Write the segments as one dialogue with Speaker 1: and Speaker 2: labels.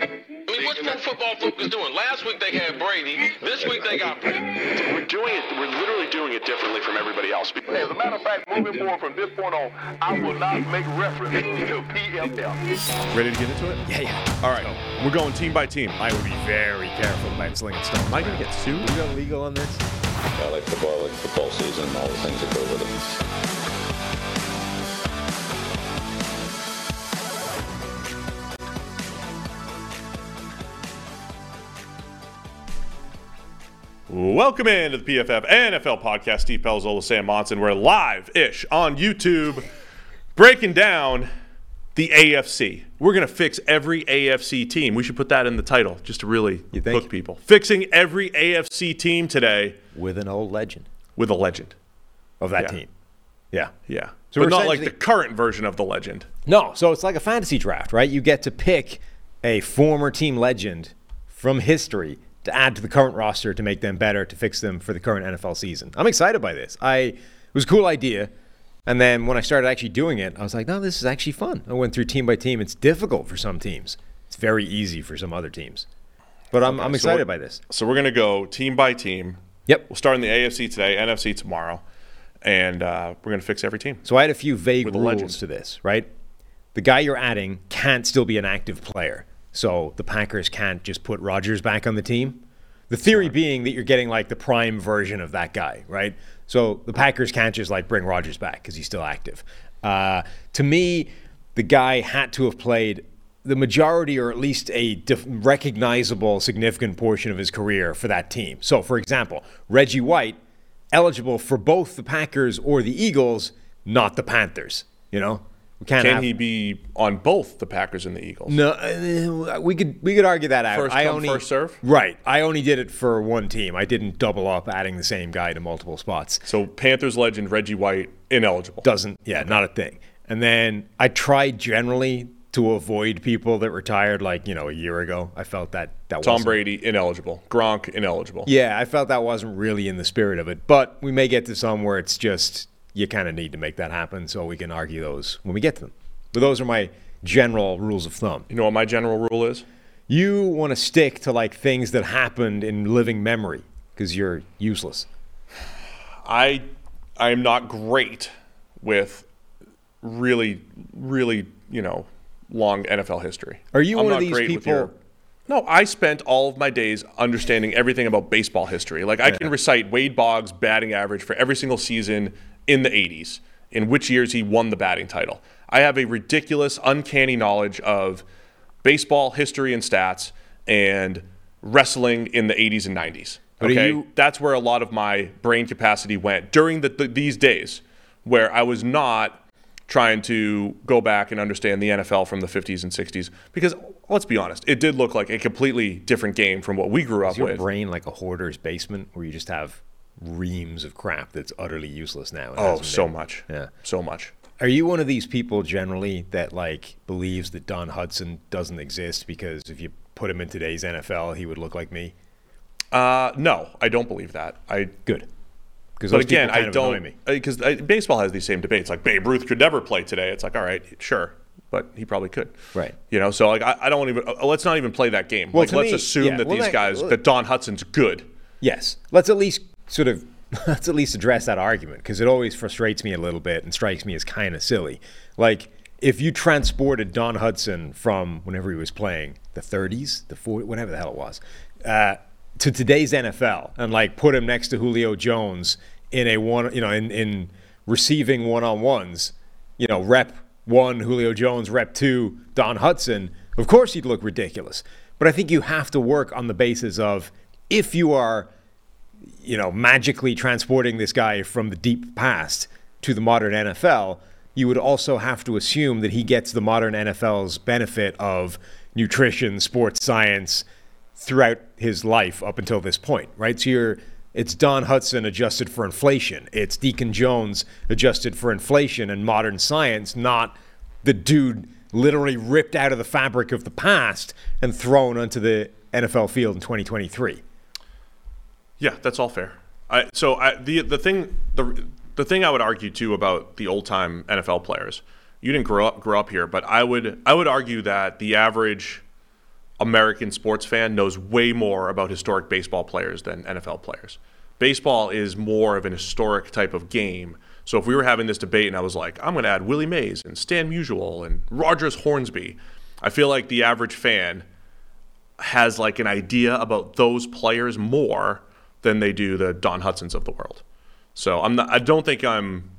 Speaker 1: I mean, what's pro football focus doing? Last week they had Brady. This week they got.
Speaker 2: We're doing it. We're literally doing it differently from everybody else.
Speaker 3: As a matter of fact, moving forward from this point on, I will not make reference to PFF.
Speaker 4: Ready to get into it?
Speaker 5: Yeah, yeah.
Speaker 4: All right. We're going team by team.
Speaker 5: I would be very careful about slinging stuff.
Speaker 4: Am I going to get sued?
Speaker 5: We got legal on this?
Speaker 6: I like football, like football season, all the things that go with it.
Speaker 4: Welcome into the PFF NFL podcast. Steve Pelzola, Sam Monson. We're live ish on YouTube, breaking down the AFC. We're going to fix every AFC team. We should put that in the title just to really
Speaker 5: You think?
Speaker 4: hook people. Fixing every AFC team today
Speaker 5: With an old legend
Speaker 4: with a legend.
Speaker 5: of that
Speaker 4: Yeah.
Speaker 5: team. Yeah.
Speaker 4: Yeah.
Speaker 5: So
Speaker 4: but
Speaker 5: we're
Speaker 4: not like the
Speaker 5: essentially-
Speaker 4: current version of the legend.
Speaker 5: No, so it's like a fantasy draft, right? You get to pick a former team legend from history to add to the current roster to make them better, to fix them for the current NFL season. I'm excited by this. I it was a cool idea. And then when I started actually doing it, I was like, no, this is actually fun. I went through team by team. It's difficult for some teams. It's very easy for some other teams. But I'm, I'm
Speaker 4: so
Speaker 5: excited
Speaker 4: what-
Speaker 5: by this.
Speaker 4: So we're going to go team by team.
Speaker 5: Yep.
Speaker 4: We'll start in the AFC today, NFC tomorrow, and uh, we're going to fix every team.
Speaker 5: So I had a few vague
Speaker 4: With
Speaker 5: rules
Speaker 4: the legends.
Speaker 5: to this, right? The guy you're adding can't still be an active player. So the Packers can't just put Rodgers back on the team. The theory being that you're getting like the prime version of that guy, right? So the Packers can't just like bring Rodgers back because he's still active. Uh, to me, the guy had to have played the majority or at least a dif- recognizable, significant portion of his career for that team. So, for example, Reggie White eligible for both the Packers or the Eagles, not the Panthers. You know, we can't.
Speaker 4: Can
Speaker 5: have,
Speaker 4: he be on both the Packers and the Eagles?
Speaker 5: No, uh, we could we could argue that out.
Speaker 4: First
Speaker 5: I
Speaker 4: come,
Speaker 5: only,
Speaker 4: first serve?
Speaker 5: Right. I only did it for one team. I didn't double up adding the same guy to multiple spots.
Speaker 4: So Panthers legend Reggie White ineligible.
Speaker 5: Doesn't. Yeah, not a thing. And then I tried generally to avoid people that retired like you know a year ago. I felt that that
Speaker 4: Tom
Speaker 5: wasn't-
Speaker 4: Brady ineligible. Gronk ineligible.
Speaker 5: Yeah, I felt that wasn't really in the spirit of it, but we may get to some where it's just you kind of need to make that happen, so we can argue those when we get to them. But those are my general rules of thumb.
Speaker 4: You know what my general rule is?
Speaker 5: You want to stick to like things that happened in living memory because you're useless.
Speaker 4: I I am not great with really really you know long NFL history.
Speaker 5: Are you
Speaker 4: I'm
Speaker 5: one of
Speaker 4: not
Speaker 5: these
Speaker 4: great with
Speaker 5: people-
Speaker 4: your- no, I spent all of my days understanding everything about baseball history. Like I can recite Wade Boggs' batting average for every single season in the 80s, in which years he won the batting title. I have a ridiculous, uncanny knowledge of baseball history and stats and wrestling in the 80s and 90s.
Speaker 5: But are
Speaker 4: okay,
Speaker 5: you-
Speaker 4: that's where a lot of my brain capacity went during the, the, these days, where I was not trying to go back and understand the NFL from the 50s and 60s. Because let's be honest, it did look like a completely different game from what we grew up
Speaker 5: Is your
Speaker 4: with.
Speaker 5: brain like a hoarder's basement where you just have reams of crap that's utterly useless now? and
Speaker 4: oh,
Speaker 5: hasn't
Speaker 4: so
Speaker 5: been?
Speaker 4: much.
Speaker 5: Yeah.
Speaker 4: so much.
Speaker 5: Are you one of these people generally that like believes that Don Hudson doesn't exist because if you put him in today's NFL, he would look like me?
Speaker 4: Uh, no, I don't believe that. I
Speaker 5: Good. Because
Speaker 4: But again, I
Speaker 5: Me.
Speaker 4: don't because baseball has these same debates. Like Babe Ruth could never play today. It's like, all right, sure, but he probably could.
Speaker 5: Right.
Speaker 4: You know, so like I, I don't even uh, let's not even play that game. like
Speaker 5: to
Speaker 4: let's
Speaker 5: me-
Speaker 4: assume
Speaker 5: yeah,
Speaker 4: that
Speaker 5: well,
Speaker 4: these
Speaker 5: that-
Speaker 4: guys
Speaker 5: well-
Speaker 4: that Don Hudson's good.
Speaker 5: Yes. Let's at least sort of let's at least address that argument because it always frustrates me a little bit and strikes me as kind of silly. Like if you transported Don Hudson from whenever he was playing the 30s, the 40s, whatever the hell it was, uh, to today's NFL and like put him next to Julio Jones in a one, you know, in in receiving one-on-ones, you know, rep one Julio Jones, rep two Don Hudson, of course he'd look ridiculous. But I think you have to work on the basis of if you are, you know, magically transporting this guy from the deep past to the modern NFL, you would also have to assume that he gets the modern NFL's benefit of nutrition, sports science throughout his life up until this point, right? So you're it's Don Hudson adjusted for inflation. It's Deacon Jones adjusted for inflation and modern science, not the dude literally ripped out of the fabric of the past and thrown onto the NFL field in 2023.
Speaker 4: Yeah, that's all fair. I, so I, the the thing the the thing I would argue too about the old time NFL players, you didn't grow up grow up here, but I would I would argue that the average American sports fan knows way more about historic baseball players than NFL players. Baseball is more of an historic type of game. So if we were having this debate and I was like, I'm going to add Willie Mays and Stan Musial and Rogers Hornsby, I feel like the average fan has like an idea about those players more than they do the Don Hudsons of the world. So I'm not, I don't think I'm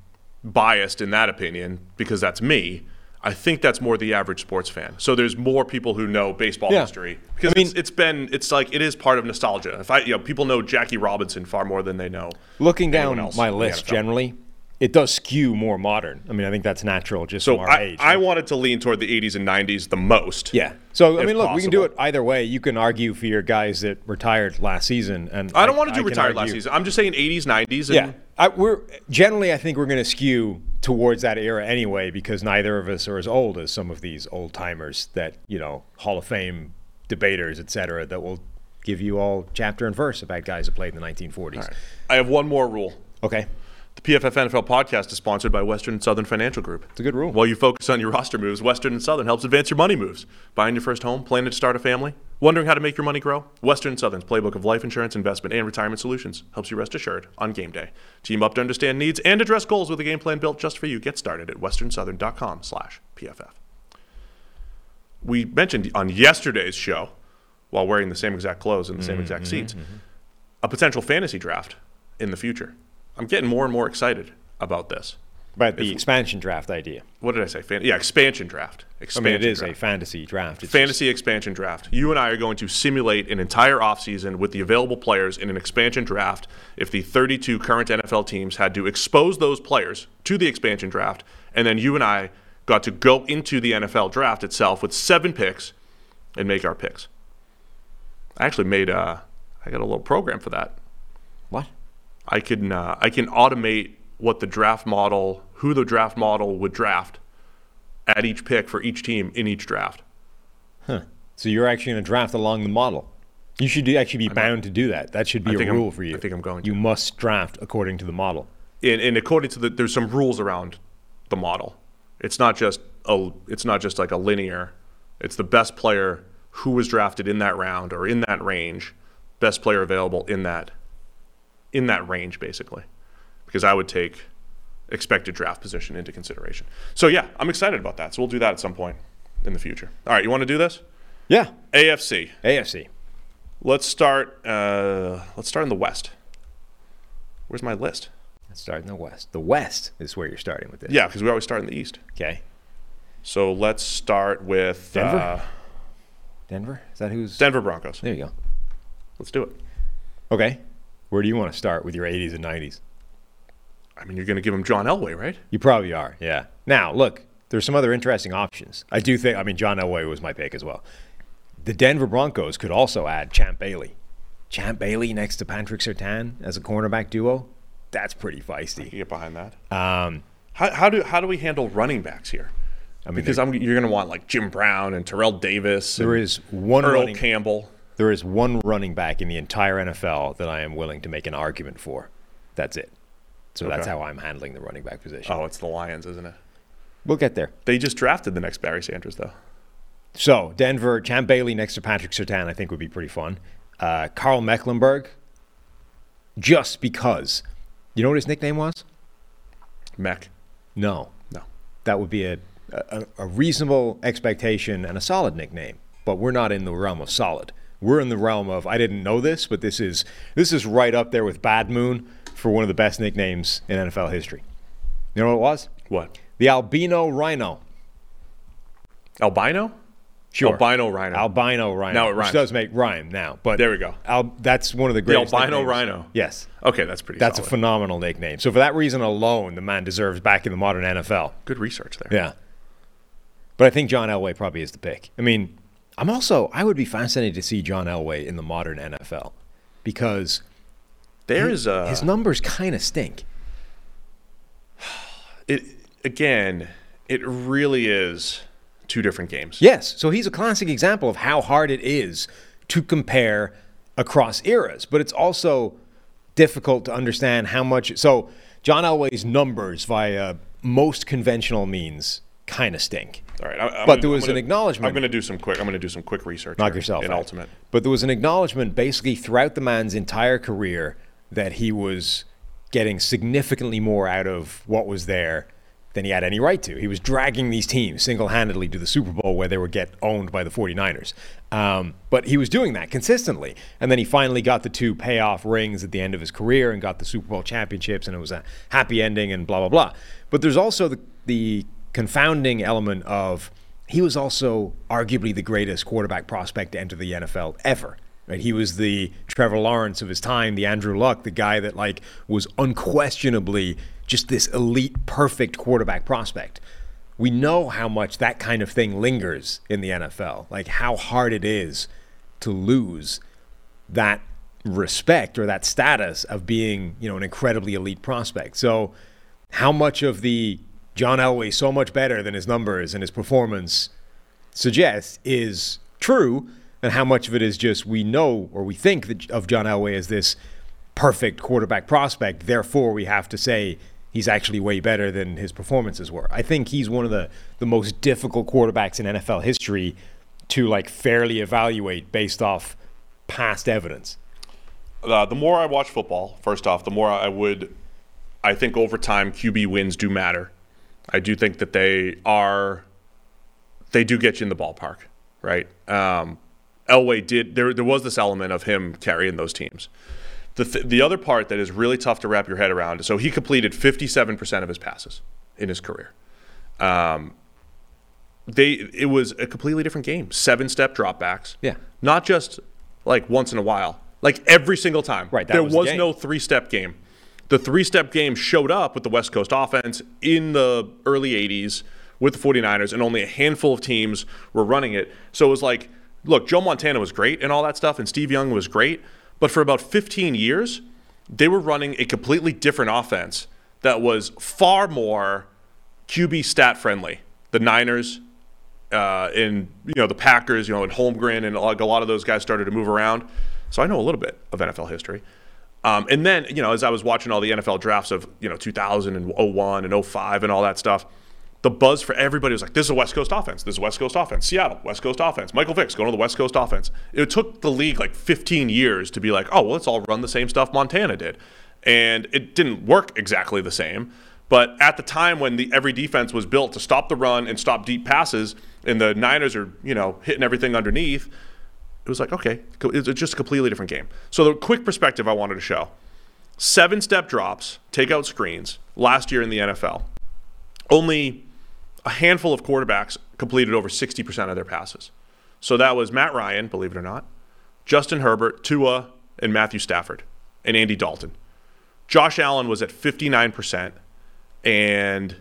Speaker 4: biased in that opinion because that's me. I think that's more the average sports fan. So there's more people who know baseball
Speaker 5: Yeah.
Speaker 4: history because
Speaker 5: I mean-
Speaker 4: it's, it's been it's like it is part of nostalgia. If I you know people know Jackie Robinson far more than they know
Speaker 5: Looking
Speaker 4: anyone
Speaker 5: down
Speaker 4: else
Speaker 5: my
Speaker 4: in the
Speaker 5: list
Speaker 4: NFL.
Speaker 5: generally, it does skew more modern. I mean, I think that's natural just
Speaker 4: So
Speaker 5: from our
Speaker 4: I,
Speaker 5: age.
Speaker 4: I wanted to lean toward the 80s and 90s the most.
Speaker 5: yeah. So I
Speaker 4: if
Speaker 5: mean, look, we can do it
Speaker 4: possible.
Speaker 5: either way. You can argue for your guys that retired last season, and
Speaker 4: I don't want to do
Speaker 5: can
Speaker 4: retired last
Speaker 5: argue-
Speaker 4: season. I'm just saying 80s, 90s. And
Speaker 5: Yeah, I, we're generally I think we're going to skew towards that era anyway because neither of us are as old as some of these old timers that you know Hall of Fame debaters, et cetera, that will give you all chapter and verse about guys that played in the 1940s.
Speaker 4: I have one more rule.
Speaker 5: Okay,
Speaker 4: The PFF NFL podcast is sponsored by Western and Southern Financial Group. It's
Speaker 5: a good rule.
Speaker 4: While you focus on your roster moves, Western and Southern helps advance your money moves. Buying your first home, planning to start a family, wondering how to make your money grow? Western and Southern's playbook of life insurance, investment, and retirement solutions helps you rest assured on game day. Team up to understand needs and address goals with a game plan built just for you. Get started at westernsouthern.com slash PFF. We mentioned on yesterday's show, while wearing the same exact clothes and the
Speaker 5: Mm-hmm,
Speaker 4: same exact seats, a potential fantasy draft in the future. I'm getting more and more excited about this.
Speaker 5: about the expansion draft idea.
Speaker 4: What did I say? Fan- yeah, expansion draft.
Speaker 5: I
Speaker 4: Expansion
Speaker 5: mean, it is
Speaker 4: draft.
Speaker 5: a fantasy draft. It's just-
Speaker 4: fantasy expansion draft. You and I are going to simulate an entire offseason with the available players in an expansion draft if the 32 current NFL teams had to expose those players to the expansion draft. And then you and I got to go into the NFL draft itself with seven picks and make our picks. I actually made uh, I got a little program for that.
Speaker 5: what?
Speaker 4: I can uh, I can automate what the draft model, who the draft model would draft at each pick for each team in each draft.
Speaker 5: So you're actually going to draft along the model. You should do, actually be bound to do that. That should be a
Speaker 4: think I'm-
Speaker 5: rule for you.
Speaker 4: I think I'm going
Speaker 5: You
Speaker 4: to.
Speaker 5: must draft according to the model.
Speaker 4: And, and according to the, there's some rules around the model. It's not just a it's not just like a linear. It's the best player who was drafted in that round or in that range, best player available in that in that range basically. Because I would take expected draft position into consideration. So yeah, I'm excited about that. So we'll do that at some point in the future. All right, you want to do this?
Speaker 5: Yeah.
Speaker 4: AFC.
Speaker 5: AFC.
Speaker 4: Let's start. Uh, let's start in the West. Where's my list?
Speaker 5: Let's start in the West. The West is where you're starting with this.
Speaker 4: Yeah, because we always start in the East.
Speaker 5: Okay.
Speaker 4: So let's start with
Speaker 5: Denver?
Speaker 4: Uh,
Speaker 5: Denver? Is that who's?
Speaker 4: Denver Broncos.
Speaker 5: there you go.
Speaker 4: Let's do it.
Speaker 5: Okay. Where do you want to start with your 80s and 90s?
Speaker 4: I mean, you're going to give him John Elway, right?
Speaker 5: You probably are. Yeah. Now, look, there's some other interesting options. I do think, I mean, John Elway was my pick as well. The Denver Broncos could also add Champ Bailey. Champ Bailey next to Patrick Sertan as a cornerback duo. That's pretty feisty.
Speaker 4: You get behind that.
Speaker 5: Um,
Speaker 4: How, how do how do we handle running backs here? I
Speaker 5: mean,
Speaker 4: because I'm, you're going to want like Jim Brown and Terrell Davis.
Speaker 5: there
Speaker 4: and
Speaker 5: is one
Speaker 4: Earl
Speaker 5: running,
Speaker 4: Campbell.
Speaker 5: there is one running back in the entire NFL that I am willing to make an argument for. That's it. So that's
Speaker 4: Okay.
Speaker 5: how I'm handling the running back position.
Speaker 4: Oh, it's the Lions, isn't it?
Speaker 5: We'll get there.
Speaker 4: They just drafted the next Barry Sanders, though.
Speaker 5: So Denver, Champ Bailey next to Patrick Sertan, I think would be pretty fun. Uh, Carl Mecklenburg, just because. You know what his nickname was?
Speaker 4: Mech.
Speaker 5: No,
Speaker 4: No.
Speaker 5: that would be a, a, a reasonable expectation and a solid nickname. But we're not in the realm of solid. We're in the realm of I didn't know this, but this is this is right up there with Bad Moon for one of the best nicknames in NFL history. You know what it was?
Speaker 4: What?
Speaker 5: The albino rhino.
Speaker 4: Albino?
Speaker 5: Sure.
Speaker 4: Albino rhino.
Speaker 5: Albino rhino.
Speaker 4: Now it
Speaker 5: Which
Speaker 4: rhymes.
Speaker 5: does make rhyme now, but
Speaker 4: There we go.
Speaker 5: Al- that's one of the greatest.
Speaker 4: albino
Speaker 5: nicknames.
Speaker 4: rhino.
Speaker 5: Yes,
Speaker 4: okay, that's pretty.
Speaker 5: that's a
Speaker 4: solid.
Speaker 5: phenomenal nickname. So for that reason alone, the man deserves back in the modern NFL.
Speaker 4: good research there.
Speaker 5: Yeah, but I think John Elway probably is the pick. I mean, I'm also I would be fascinated to see John Elway in the modern NFL because
Speaker 4: There is a
Speaker 5: his numbers kind of stink.
Speaker 4: it again. It really is two different games.
Speaker 5: Yes. So he's a classic example of how hard it is to compare across eras, but it's also difficult to understand how much. So John Elway's numbers via most conventional means kind of stink.
Speaker 4: All right. I, I'm
Speaker 5: But
Speaker 4: gonna-
Speaker 5: there was
Speaker 4: I'm gonna-
Speaker 5: an acknowledgement.
Speaker 4: I'm going to do some quick. I'm going to do some quick research.
Speaker 5: knock
Speaker 4: here
Speaker 5: yourself
Speaker 4: in
Speaker 5: out.
Speaker 4: ultimate.
Speaker 5: But there was an acknowledgement basically throughout the man's entire career that he was getting significantly more out of what was there than he had any right to. He was dragging these teams single-handedly to the Super Bowl where they would get owned by the 49ers. Um, but he was doing that consistently. And then he finally got the two payoff rings at the end of his career and got the Super Bowl championships and it was a happy ending and blah, blah, blah. But there's also the, the confounding element of he was also arguably the greatest quarterback prospect to enter the NFL ever. Right? He was the Trevor Lawrence of his time, the Andrew Luck, the guy that like was unquestionably just this elite, perfect quarterback prospect. We know how much that kind of thing lingers in the NFL, like how hard it is to lose that respect or that status of being, you know, an incredibly elite prospect. So, how much of the John Elway so much better than his numbers and his performance suggests is true, and how much of it is just we know or we think that, of John Elway as this perfect quarterback prospect. Therefore, we have to say he's actually way better than his performances were. I think he's one of the, the most difficult quarterbacks in NFL history to like fairly evaluate based off past evidence.
Speaker 4: uh, the more I watch football, first off, the more I would, I think over time QB wins do matter. I do think that they are, they do get you in the ballpark, right? Um, Elway did. There, there was this element of him carrying those teams. The th- the other part that is really tough to wrap your head around. So he completed 57% of his passes in his career. Um, they it was a completely different game. Seven step dropbacks.
Speaker 5: Yeah.
Speaker 4: Not just like once in a while, like every single time.
Speaker 5: Right, that
Speaker 4: there
Speaker 5: was
Speaker 4: was,
Speaker 5: the game.
Speaker 4: no three step game. The three step game showed up with the West Coast offense in the early 80s with the 49ers, and only a handful of teams were running it. So it was like, look, Joe Montana was great and all that stuff, and Steve Young was great. But for about 15 years, they were running a completely different offense that was far more QB stat friendly. The Niners, uh, and you know the Packers, you know, and Holmgren, and like a lot of those guys started to move around. So I know a little bit of NFL history. Um, and then you know, as I was watching all the NFL drafts of you know 2000 and 01 and 05 and all that stuff, the buzz for everybody was like, "This is a West Coast offense. This is a West Coast offense. Seattle, West Coast offense. Michael Vick's going to the West Coast offense." It took the league like 15 years to be like, "Oh, well, let's all run the same stuff Montana did," and it didn't work exactly the same. But at the time when the every defense was built to stop the run and stop deep passes, and the Niners are you know hitting everything underneath, it was like okay, co- it's it's just a completely different game. So the quick perspective I wanted to show: seven step drops, take out screens last year in the NFL. Only a handful of quarterbacks completed over 60% of their passes. So that was Matt Ryan, believe it or not, Justin Herbert, Tua, and Matthew Stafford, and Andy Dalton. Josh Allen was at 59% and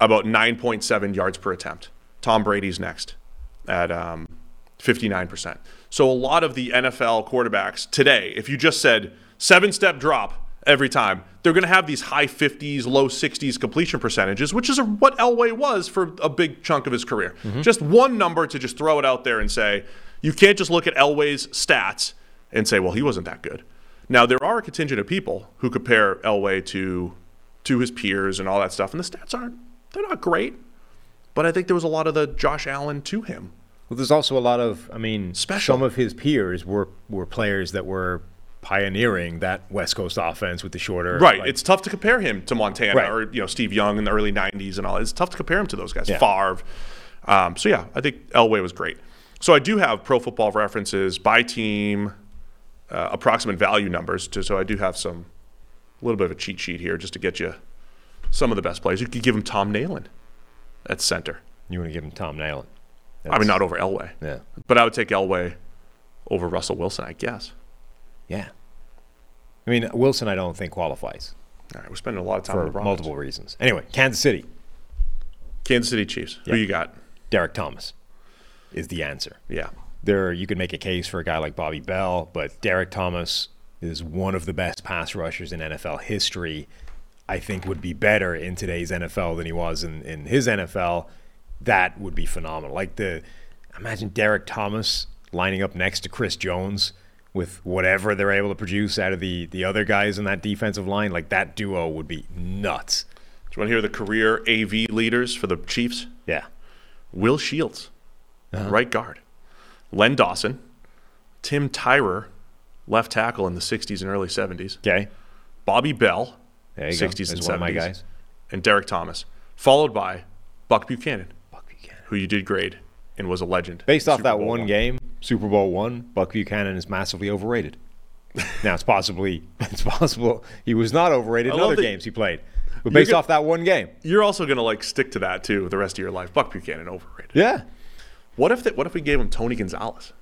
Speaker 4: about 9.7 yards per attempt. Tom Brady's next at um, 59%. So a lot of the NFL quarterbacks today, if you just said seven step drop every time, they're going to have these high 50s, low 60s completion percentages, which is what Elway was for a big chunk of his career. Just one number to just throw it out there and say, you can't just look at Elway's stats and say, well, he wasn't that good. Now there are a contingent of people who compare Elway to to his peers and all that stuff, and the stats aren't they're not great. But I think there was a lot of the Josh Allen to him.
Speaker 5: Well, there's also a lot of, I mean,
Speaker 4: Special.
Speaker 5: some of his peers were were players that were pioneering that West Coast offense with the shorter.
Speaker 4: Right.
Speaker 5: like-
Speaker 4: it's tough to compare him to Montana
Speaker 5: Right.
Speaker 4: or you know Steve Young in the early '90s and all. It's tough to compare him to those guys.
Speaker 5: Yeah.
Speaker 4: Favre. Um, so yeah, I think Elway was great. So I do have Pro Football references by team, uh, approximate value numbers. To, so I do have some a little bit of a cheat sheet here just to get you some of the best players. You could give him Tom Nalen at center.
Speaker 5: you want to give him Tom Nalen.
Speaker 4: I mean, not over Elway.
Speaker 5: Yeah.
Speaker 4: But I would take Elway over Russell Wilson, I guess.
Speaker 5: Yeah. I mean, Wilson, I don't think qualifies
Speaker 4: All right, we're spending a lot of time
Speaker 5: for
Speaker 4: on the
Speaker 5: multiple reasons. Anyway, Kansas City,
Speaker 4: Kansas City Chiefs. Who
Speaker 5: Yeah.
Speaker 4: you got?
Speaker 5: Derek Thomas is the answer.
Speaker 4: Yeah.
Speaker 5: There, you could make a case for a guy like Bobby Bell, but Derek Thomas is one of the best pass rushers in NFL history. I think would be better in today's NFL than he was in, in his NFL. That would be phenomenal. Like the imagine Derek Thomas lining up next to Chris Jones with whatever they're able to produce out of the the other guys in that defensive line. Like that duo would be nuts.
Speaker 4: Do you want to hear the career AV leaders for the Chiefs?
Speaker 5: Yeah.
Speaker 4: Will Shields,
Speaker 5: Uh-huh.
Speaker 4: right guard. Len Dawson, Tim Tyrer, left tackle in the 60s and early 70s.
Speaker 5: Okay.
Speaker 4: Bobby Bell,
Speaker 5: There you go.
Speaker 4: 60s and
Speaker 5: That's
Speaker 4: 70s.
Speaker 5: one of my guys.
Speaker 4: And Derek Thomas, followed by Buck Buchanan, who you did grade and was a legend.
Speaker 5: Based off
Speaker 4: Super
Speaker 5: that
Speaker 4: Bowl
Speaker 5: one game, Super Bowl one, Buck Buchanan is massively overrated. now it's possibly it's possible he was not overrated in
Speaker 4: love
Speaker 5: other
Speaker 4: that-
Speaker 5: games he played, but based
Speaker 4: gonna-
Speaker 5: off that one game,
Speaker 4: You're also going to like stick to that too the rest of your life. Buck Buchanan overrated.
Speaker 5: yeah,
Speaker 4: What if that, what if we gave him Tony Gonzalez?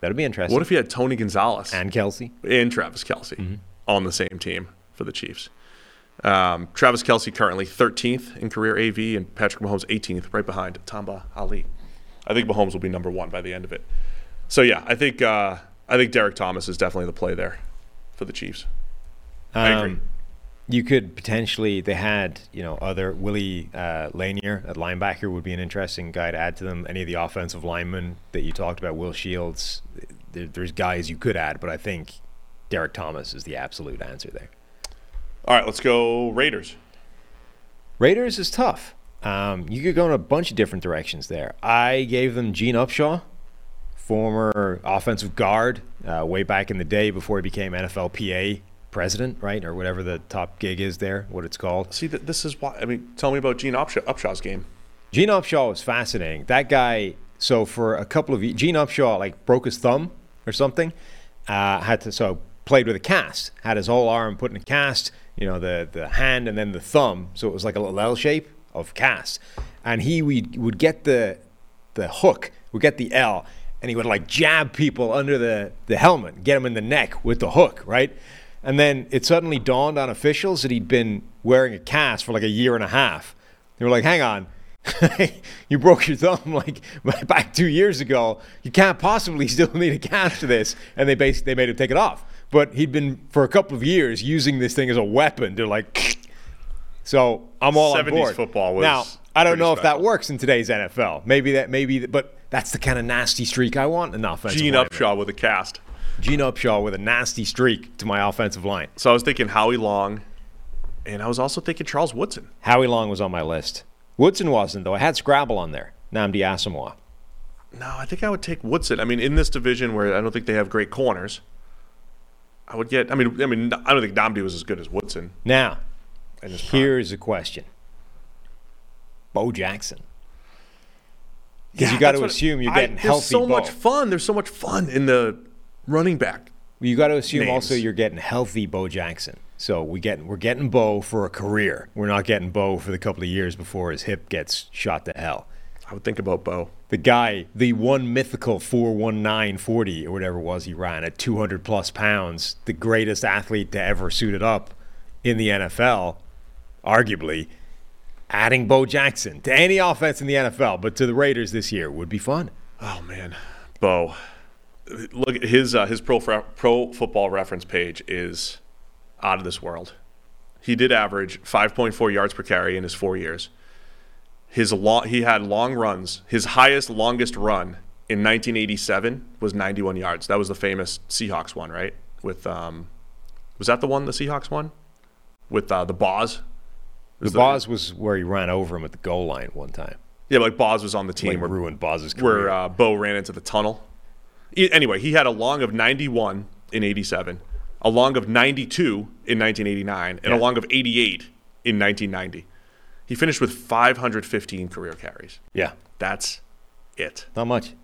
Speaker 5: that'd be interesting.
Speaker 4: What if he had Tony Gonzalez
Speaker 5: and Kelsey?
Speaker 4: and Travis Kelsey on the same team for the Chiefs. Um, Travis Kelsey currently 13th in career AV, and Patrick Mahomes 18th, right behind Tamba Ali. I think Mahomes will be number one by the end of it. So yeah, I think uh, I think Derek Thomas is definitely the play there for the Chiefs. I agree.
Speaker 5: Um, you could potentially they had you know other Willie uh, Lanier at linebacker would be an interesting guy to add to them. Any of the offensive linemen that you talked about, Will Shields, there, there's guys you could add, but I think Derek Thomas is the absolute answer there.
Speaker 4: All right, let's go Raiders.
Speaker 5: Raiders is tough. Um, you could go in a bunch of different directions there. I gave them Gene Upshaw, former offensive guard, uh, way back in the day before he became NFLPA president, right, or whatever the top gig is there, what it's called.
Speaker 4: See that this is why. I mean, tell me about Gene Upshaw, Upshaw's game.
Speaker 5: Gene Upshaw was fascinating. That guy, so for a couple of ye- Gene Upshaw like broke his thumb or something, uh, had to so played with a cast, had his whole arm put in a cast, you know, the the hand and then the thumb, so it was like a little L shape of cast, and he we would get the the hook, would get the L, and he would like jab people under the, the helmet, get them in the neck with the hook, right? And then it suddenly dawned on officials that he'd been wearing a cast for like a year and a half. They were like, hang on, you broke your thumb like back two years ago. You can't possibly still need a cast for this. And they basically they made him take it off. But he'd been for a couple of years using this thing as a weapon. They're like, so I'm all on
Speaker 4: 70s
Speaker 5: board.
Speaker 4: football was
Speaker 5: now I don't
Speaker 4: pretty
Speaker 5: know if that
Speaker 4: special.
Speaker 5: works in today's NFL. Maybe that maybe but that's the kind of nasty streak I want in offensive.
Speaker 4: Gene
Speaker 5: lineman.
Speaker 4: Upshaw with a cast.
Speaker 5: Gene Upshaw with a nasty streak to my offensive line.
Speaker 4: So I was thinking Howie Long, and I was also thinking Charles Woodson.
Speaker 5: Howie Long was on my list. Woodson wasn't though. I had Scrabble on there. Namdi Asamoah.
Speaker 4: No, I think I would take Woodson. I mean, in this division where I don't think they have great corners, I would get. I mean, I mean, I don't think Domdy was as good as Woodson.
Speaker 5: Now,
Speaker 4: in his prime.
Speaker 5: here's a question. Bo Jackson. Because
Speaker 4: Yeah,
Speaker 5: you got
Speaker 4: that's
Speaker 5: to
Speaker 4: what-
Speaker 5: assume you're
Speaker 4: I-
Speaker 5: getting
Speaker 4: there's
Speaker 5: healthy.
Speaker 4: so
Speaker 5: Bo.
Speaker 4: much fun. There's so much fun in the running back.
Speaker 5: You got to assume also
Speaker 4: names.
Speaker 5: you're getting healthy Bo Jackson. So we get we're getting Bo for a career. We're not getting Bo for the couple of years before his hip gets shot to hell.
Speaker 4: I would think about Bo.
Speaker 5: The guy, the one mythical 41940 or whatever it was he ran at 200 plus pounds, the greatest athlete to ever suit it up in the NFL, arguably. Adding Bo Jackson to any offense in the NFL, but to the Raiders this year would be fun.
Speaker 4: Oh man, Bo. Look at his uh, his pro fra- pro football reference page is out of this world. He did average 5.4 yards per carry in his four years. His long he had long runs. His highest longest run in 1987 was 91 yards. That was the famous Seahawks one, right? With um, was that the one the Seahawks one with uh, the Boz?
Speaker 5: The Boz was where he ran over him at the goal line one time.
Speaker 4: Yeah, like Boz was on the team.
Speaker 5: Like
Speaker 4: where-
Speaker 5: ruined Boz's career.
Speaker 4: where uh, Bo ran into the tunnel. E- Anyway, he had a long of 91 in 87, a long of 92 in 1989, and a long of 88 in 1990. He finished with 515 career carries.
Speaker 5: yeah,
Speaker 4: That's it.
Speaker 5: not much.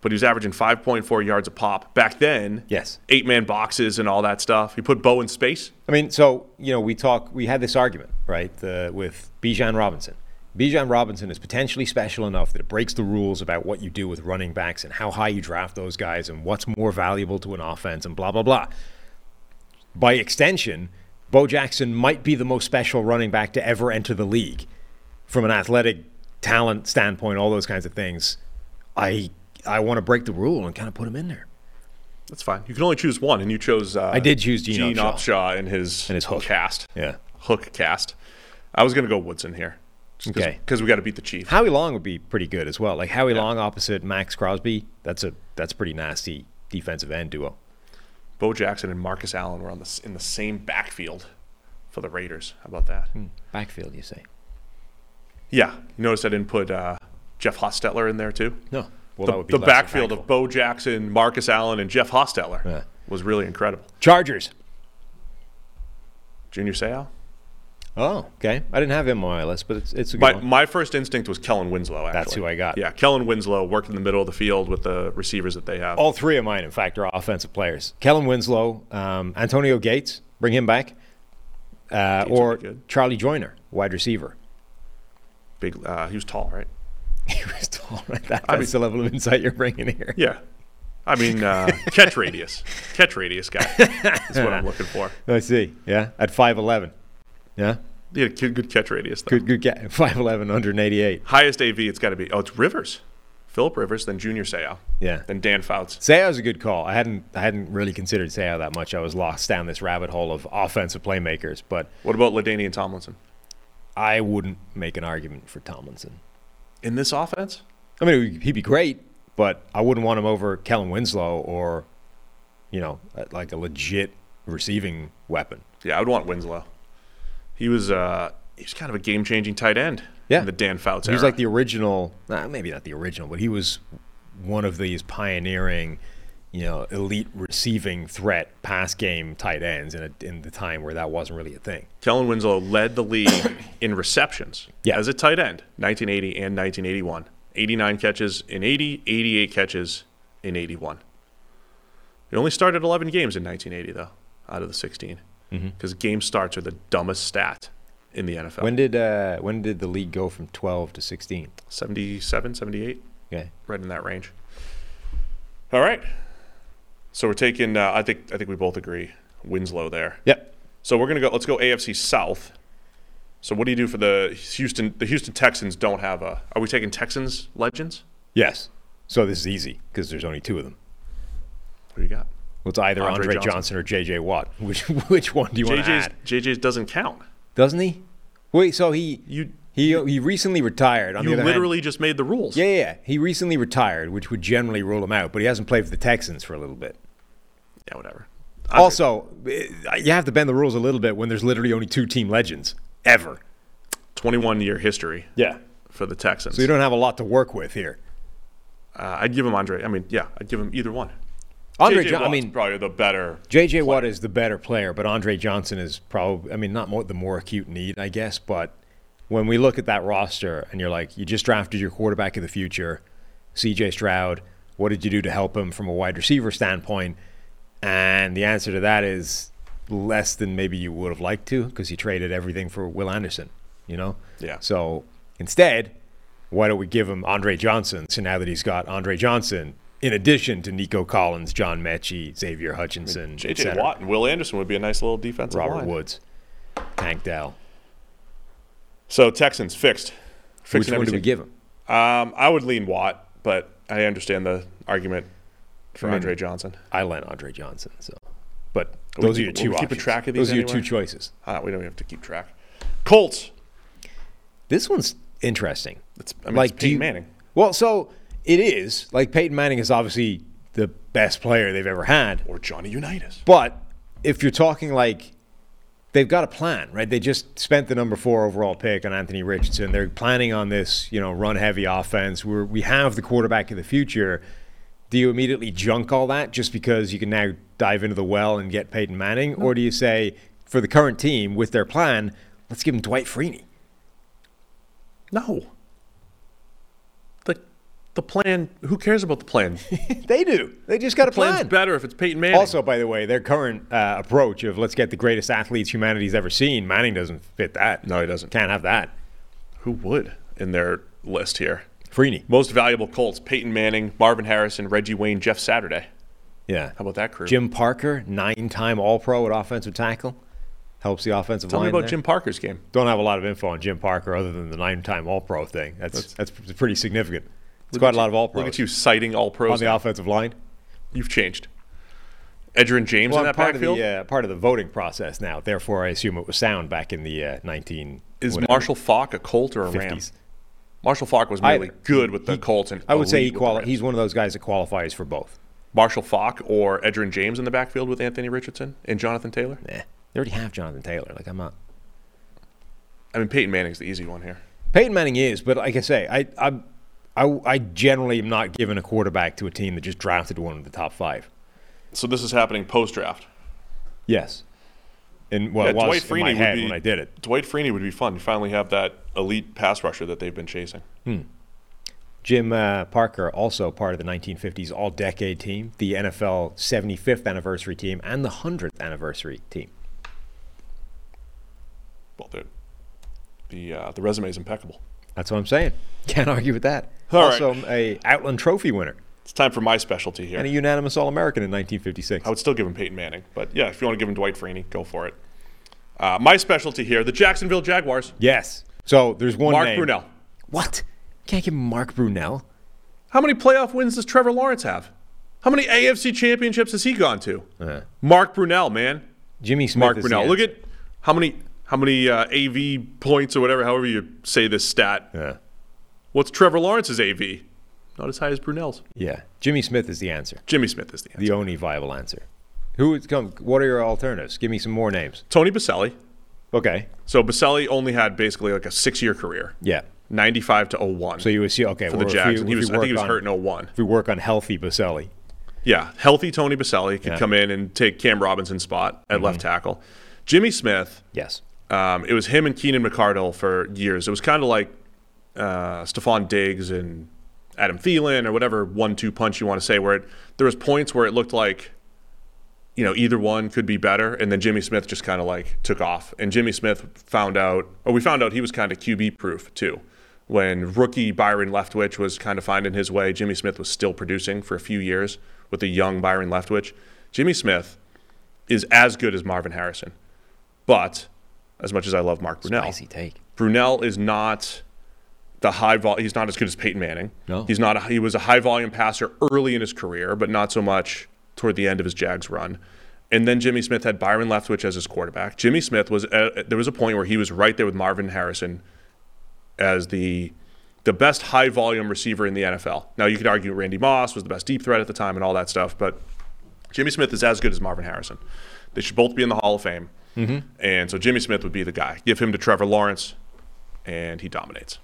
Speaker 4: But he was averaging 5.4 yards a pop. Back then,
Speaker 5: Yes.
Speaker 4: eight man boxes and all that stuff. He put Bo in space.
Speaker 5: I mean, so you know, we talk. We had this argument, right, the, with Bijan Robinson. Bijan Robinson is potentially special enough that it breaks the rules about what you do with running backs and how high you draft those guys and what's more valuable to an offense and blah blah blah. By extension, Bo Jackson might be the most special running back to ever enter the league from an athletic talent standpoint, all those kinds of things. I I want to break the rule and kind of put him in there.
Speaker 4: That's fine. You can only choose one, and you chose. Uh, I
Speaker 5: did choose Gene Upshaw.
Speaker 4: Upshaw and his
Speaker 5: And his hook.
Speaker 4: cast.
Speaker 5: Yeah.
Speaker 4: hook cast. I was gonna go Woodson here. Just
Speaker 5: Okay.
Speaker 4: because we got to beat the Chiefs.
Speaker 5: Howie Long would be pretty good as well. Like Howie Long opposite Max Crosby, that's a that's a pretty nasty defensive end duo.
Speaker 4: Bo Jackson and Marcus Allen were on the s- in the same backfield for the
Speaker 5: Hmm.
Speaker 4: Raiders. How about that?
Speaker 5: Backfield, you say?
Speaker 4: Yeah, you notice I didn't put uh, Jeff Hostetler in there too?
Speaker 5: No. Well,
Speaker 4: the
Speaker 5: that would be
Speaker 4: the
Speaker 5: less than
Speaker 4: backfield of
Speaker 5: thankful.
Speaker 4: Bo Jackson, Marcus Allen, and Jeff Hostetler
Speaker 5: Yeah.
Speaker 4: was really incredible.
Speaker 5: Chargers.
Speaker 4: Junior Seau?
Speaker 5: Oh, okay. I didn't have him on my list, but it's it's a good
Speaker 4: My,
Speaker 5: one.
Speaker 4: my first instinct was Kellen Winslow, actually.
Speaker 5: That's who I got.
Speaker 4: Yeah, Kellen Winslow worked in the middle of the field with the receivers that they have.
Speaker 5: All three of mine, in fact, are offensive players. Kellen Winslow, um, Antonio Gates, bring him back, uh,
Speaker 4: Gates
Speaker 5: or
Speaker 4: would be good.
Speaker 5: Charlie Joyner, wide receiver.
Speaker 4: Big, uh, he was tall, right?
Speaker 5: He was tall. Right? That, that's
Speaker 4: I mean-
Speaker 5: the level of insight you're bringing here.
Speaker 4: Yeah. I mean, uh, catch radius. Catch radius guy. That's what I'm looking for.
Speaker 5: I see. Yeah, at five eleven. Yeah,
Speaker 4: He had a good good catch radius, though.
Speaker 5: good, good guy. Five eleven, 188.
Speaker 4: Highest AV, it's got to be. Oh, it's Rivers. Philip Rivers, then Junior Seau.
Speaker 5: Yeah.
Speaker 4: Then Dan Fouts.
Speaker 5: Seo's a good call. I hadn't I hadn't really considered Seo that much. I was lost down this rabbit hole of offensive playmakers, but
Speaker 4: What about Ladainian Tomlinson?
Speaker 5: I wouldn't make an argument for Tomlinson.
Speaker 4: In this offense?
Speaker 5: I mean, he'd be great, but I wouldn't want him over Kellen Winslow or, you know, uh, like a legit receiving weapon.
Speaker 4: Yeah, I would want Winslow. He was uh, he was kind of a game changing tight end.
Speaker 5: Yeah.
Speaker 4: In the Dan Fouts
Speaker 5: He was
Speaker 4: era.
Speaker 5: like the original, nah, maybe not the original, but he was one of these pioneering, you know, elite receiving threat pass game tight ends in, a, in the time where that wasn't really a thing.
Speaker 4: Kellen Winslow led the league in receptions
Speaker 5: Yeah.
Speaker 4: as a tight end, 1980 and 1981. 89 catches in 80, 88 catches in 81. He only started 11 games in 1980, though, out of the 16,
Speaker 5: Mm-hmm.
Speaker 4: because game starts are the dumbest stat in the NFL.
Speaker 5: When did uh, when did the league go from 12 to 16?
Speaker 4: 77, 78,
Speaker 5: Okay.
Speaker 4: right in that range. All right. So we're taking. Uh, I think. I think we both agree. Winslow there.
Speaker 5: Yep.
Speaker 4: So we're gonna go. Let's go AFC South. So what do you do for the Houston? The Houston Texans don't have a. Are we taking Texans legends?
Speaker 5: Yes. So this is easy because there's only two of them.
Speaker 4: What do you got?
Speaker 5: Well, It's either
Speaker 4: Andre
Speaker 5: Andre,
Speaker 4: Johnson.
Speaker 5: Johnson. or JJ Watt. Which which one do you want to
Speaker 4: JJ's
Speaker 5: add?
Speaker 4: JJ's doesn't count.
Speaker 5: Doesn't he? Wait, so he
Speaker 4: You-
Speaker 5: he he recently retired. On
Speaker 4: You
Speaker 5: the other hand-
Speaker 4: literally just made the rules.
Speaker 5: yeah, yeah, yeah. He recently retired, which would generally rule him out. But he hasn't played for the Texans for a little bit.
Speaker 4: Yeah. Whatever.
Speaker 5: Also, eh, you have to bend the rules a little bit when there's literally only two team legends ever.
Speaker 4: Twenty-one year history.
Speaker 5: Yeah.
Speaker 4: For the Texans.
Speaker 5: So you don't have a lot to work with here.
Speaker 4: uh, I'd give him Andre. I mean, yeah, I'd give him either one.
Speaker 5: Andre,
Speaker 4: JJ
Speaker 5: Jo- I
Speaker 4: Watt's
Speaker 5: mean,
Speaker 4: probably the better.
Speaker 5: JJ Watt is the better player, but Andre Johnson is probably, I mean, not more, the more acute need, I guess. But when we look at that roster and you're like, you just drafted your quarterback of the future, CJ Stroud. What did you do to help him from a wide receiver standpoint? And the answer to that is less than maybe you would have liked to because you traded everything for Will Anderson, you know?
Speaker 4: Yeah.
Speaker 5: So instead, why don't we give him Andre Johnson? So now that he's got Andre Johnson, in addition to Nico Collins, John Mechie, Xavier Hutchinson, et
Speaker 4: JJ
Speaker 5: cetera.
Speaker 4: Watt and Will Anderson would be a nice little defensive
Speaker 5: Robert
Speaker 4: line.
Speaker 5: Woods, Tank Dell.
Speaker 4: So Texans fixed. Fixing
Speaker 5: Which one do we
Speaker 4: everything.
Speaker 5: give him?
Speaker 4: Um, I would lean Watt, but I understand the argument for Andre Johnson.
Speaker 5: I lent Andre Johnson. So, but
Speaker 4: we
Speaker 5: those are
Speaker 4: keep-
Speaker 5: your
Speaker 4: will
Speaker 5: two.
Speaker 4: we keep a
Speaker 5: options.
Speaker 4: track of
Speaker 5: Those
Speaker 4: these
Speaker 5: are your
Speaker 4: anywhere?
Speaker 5: two choices.
Speaker 4: Ah, we don't have to keep track. Colts.
Speaker 5: This one's interesting.
Speaker 4: It's, I mean, it's
Speaker 5: do
Speaker 4: Peyton
Speaker 5: you-
Speaker 4: Manning.
Speaker 5: Well, so it is like Peyton Manning is obviously the best player they've ever had.
Speaker 4: Or Johnny Unitas.
Speaker 5: But if you're talking like they've got a plan, right? They just spent the number four overall pick on Anthony Richardson. They're planning on this, you know, run heavy offense. We're, we have the quarterback of the future. Do you immediately junk all that just because you can now dive into the well and get Peyton Manning? Or do you say, for the current team with their plan, let's give him Dwight Freeney?
Speaker 4: No. The the plan. Who cares about the plan?
Speaker 5: They do. They just got a
Speaker 4: Plan's
Speaker 5: plan.
Speaker 4: better if it's Peyton Manning.
Speaker 5: Also, by the way, their current uh, approach of let's get the greatest athletes humanity's ever seen, Manning doesn't fit that.
Speaker 4: No, he doesn't.
Speaker 5: Can't have that.
Speaker 4: who would in their list here?
Speaker 5: Freeney.
Speaker 4: Most valuable Colts: Peyton Manning, Marvin Harrison, Reggie Wayne, Jeff Saturday.
Speaker 5: Yeah.
Speaker 4: How about that crew?
Speaker 5: Jim Parker, nine-time All-Pro at offensive tackle, helps the offensive
Speaker 4: Tell me
Speaker 5: line.
Speaker 4: about
Speaker 5: there.
Speaker 4: Jim Parker's game.
Speaker 5: Don't have a lot of info on Jim Parker other than the nine-time All-Pro thing. That's that's, pretty significant. It's quite a lot of All-Pros
Speaker 4: Look at you citing all
Speaker 5: on
Speaker 4: pros.
Speaker 5: the offensive line.
Speaker 4: You've changed. Edgerrin James in
Speaker 5: Well, I'm
Speaker 4: that
Speaker 5: part
Speaker 4: backfield.
Speaker 5: of the uh, part of the voting process now. Therefore, I assume it was sound back in the uh, 19.
Speaker 4: Is
Speaker 5: whatever,
Speaker 4: Marshall Falk a Colt or a Ram?
Speaker 5: 50s.
Speaker 4: Marshall Falk was really
Speaker 5: Either.
Speaker 4: good with the Colts, and
Speaker 5: I would say he
Speaker 4: elite with the
Speaker 5: quali-
Speaker 4: Rams.
Speaker 5: he's one of those guys that qualifies for both.
Speaker 4: Marshall Falk or Edgerrin James in the backfield with Anthony Richardson and Jonathan Taylor.
Speaker 5: Eh, they already have Jonathan Taylor. Like I'm not.
Speaker 4: I mean, Peyton Manning's the easy one here.
Speaker 5: Peyton Manning is, but like I say, I I I, I generally am not giving a quarterback to a team that just drafted one of the top five.
Speaker 4: So this is happening post draft.
Speaker 5: Yes. And well,
Speaker 4: Yeah,
Speaker 5: it was
Speaker 4: Dwight
Speaker 5: in my
Speaker 4: Freeney would
Speaker 5: head
Speaker 4: be
Speaker 5: when I did it.
Speaker 4: Dwight Freeney would be fun. You finally have that elite pass rusher that they've been chasing.
Speaker 5: Jim uh, Parker, also part of the 1950s All Decade Team, the NFL 75th anniversary team, and the 100th anniversary team.
Speaker 4: Well, the the uh, the resume is impeccable.
Speaker 5: That's what I'm saying. Can't argue with that.
Speaker 4: All right.
Speaker 5: also, a Outland Trophy winner
Speaker 4: It's time for my specialty here.
Speaker 5: and a unanimous All American in 1956.
Speaker 4: I would still give him Peyton Manning, but yeah, if you want to give him Dwight Freeney, go for it. Uh, my specialty here: the Jacksonville Jaguars.
Speaker 5: yes. So there's one
Speaker 4: Mark
Speaker 5: name.
Speaker 4: Brunell.
Speaker 5: What? Can't give him Mark Brunell.
Speaker 4: How many playoff wins does Trevor Lawrence have? How many AFC championships has he gone to? Mark Brunell, man.
Speaker 5: Jimmy Smith.
Speaker 4: Mark
Speaker 5: is Uh, the
Speaker 4: Brunell. Look at
Speaker 5: answer.
Speaker 4: how many how many uh, AV points or whatever, however you say this stat.
Speaker 5: Yeah.
Speaker 4: What's Trevor Lawrence's AV? Not as high as Brunell's.
Speaker 5: Yeah. Jimmy Smith is the answer.
Speaker 4: Jimmy Smith is the answer.
Speaker 5: The only viable answer. Who would come? What are your alternatives? Give me some more names.
Speaker 4: Tony Baselli.
Speaker 5: Okay.
Speaker 4: So Baselli only had basically like a six-year career.
Speaker 5: Yeah.
Speaker 4: 95 to 01
Speaker 5: So you would see, okay,
Speaker 4: for
Speaker 5: well,
Speaker 4: the
Speaker 5: if
Speaker 4: Jags.
Speaker 5: you-
Speaker 4: and he
Speaker 5: if
Speaker 4: was,
Speaker 5: you
Speaker 4: I think
Speaker 5: work
Speaker 4: he was
Speaker 5: on-
Speaker 4: hurt in oh-, 01.
Speaker 5: If we work on healthy Baselli,
Speaker 4: Yeah, healthy Tony Baselli could
Speaker 5: Yeah. Mm-hmm.
Speaker 4: come in and take Cam Robinson's spot at left tackle. Jimmy Smith,
Speaker 5: yes.
Speaker 4: um, it was him and Keenan McCardle for years. It was kind of like uh, Stephon Diggs and Adam Thielen or whatever one-two punch you want to say. Where it, there was points where it looked like, you know, either one could be better, and then Jimmy Smith just kind of like took off. And Jimmy Smith found out, or we found out he was kind of QB proof too. When rookie Byron Leftwich was kind of finding his way, Jimmy Smith was still producing for a few years with the young Byron Leftwich. Jimmy Smith is as good as Marvin Harrison. But as much as I love Mark Brunell,
Speaker 5: Spicy take.
Speaker 4: Brunell is not the high vol. He's not as good as Peyton Manning.
Speaker 5: No.
Speaker 4: he's not. A, he was a high volume passer early in his career, but not so much toward the end of his Jags run. And then Jimmy Smith had Byron Leftwich as his quarterback. Jimmy Smith was uh, there was a point where he was right there with Marvin Harrison as the the best high volume receiver in the NFL. Now you could argue Randy Moss was the best deep threat at the time and all that stuff, but Jimmy Smith is as good as Marvin Harrison. They should both be in the Hall of Fame.
Speaker 5: Mm-hmm.
Speaker 4: And so Jimmy Smith would be the guy. Give him to Trevor Lawrence, and he dominates.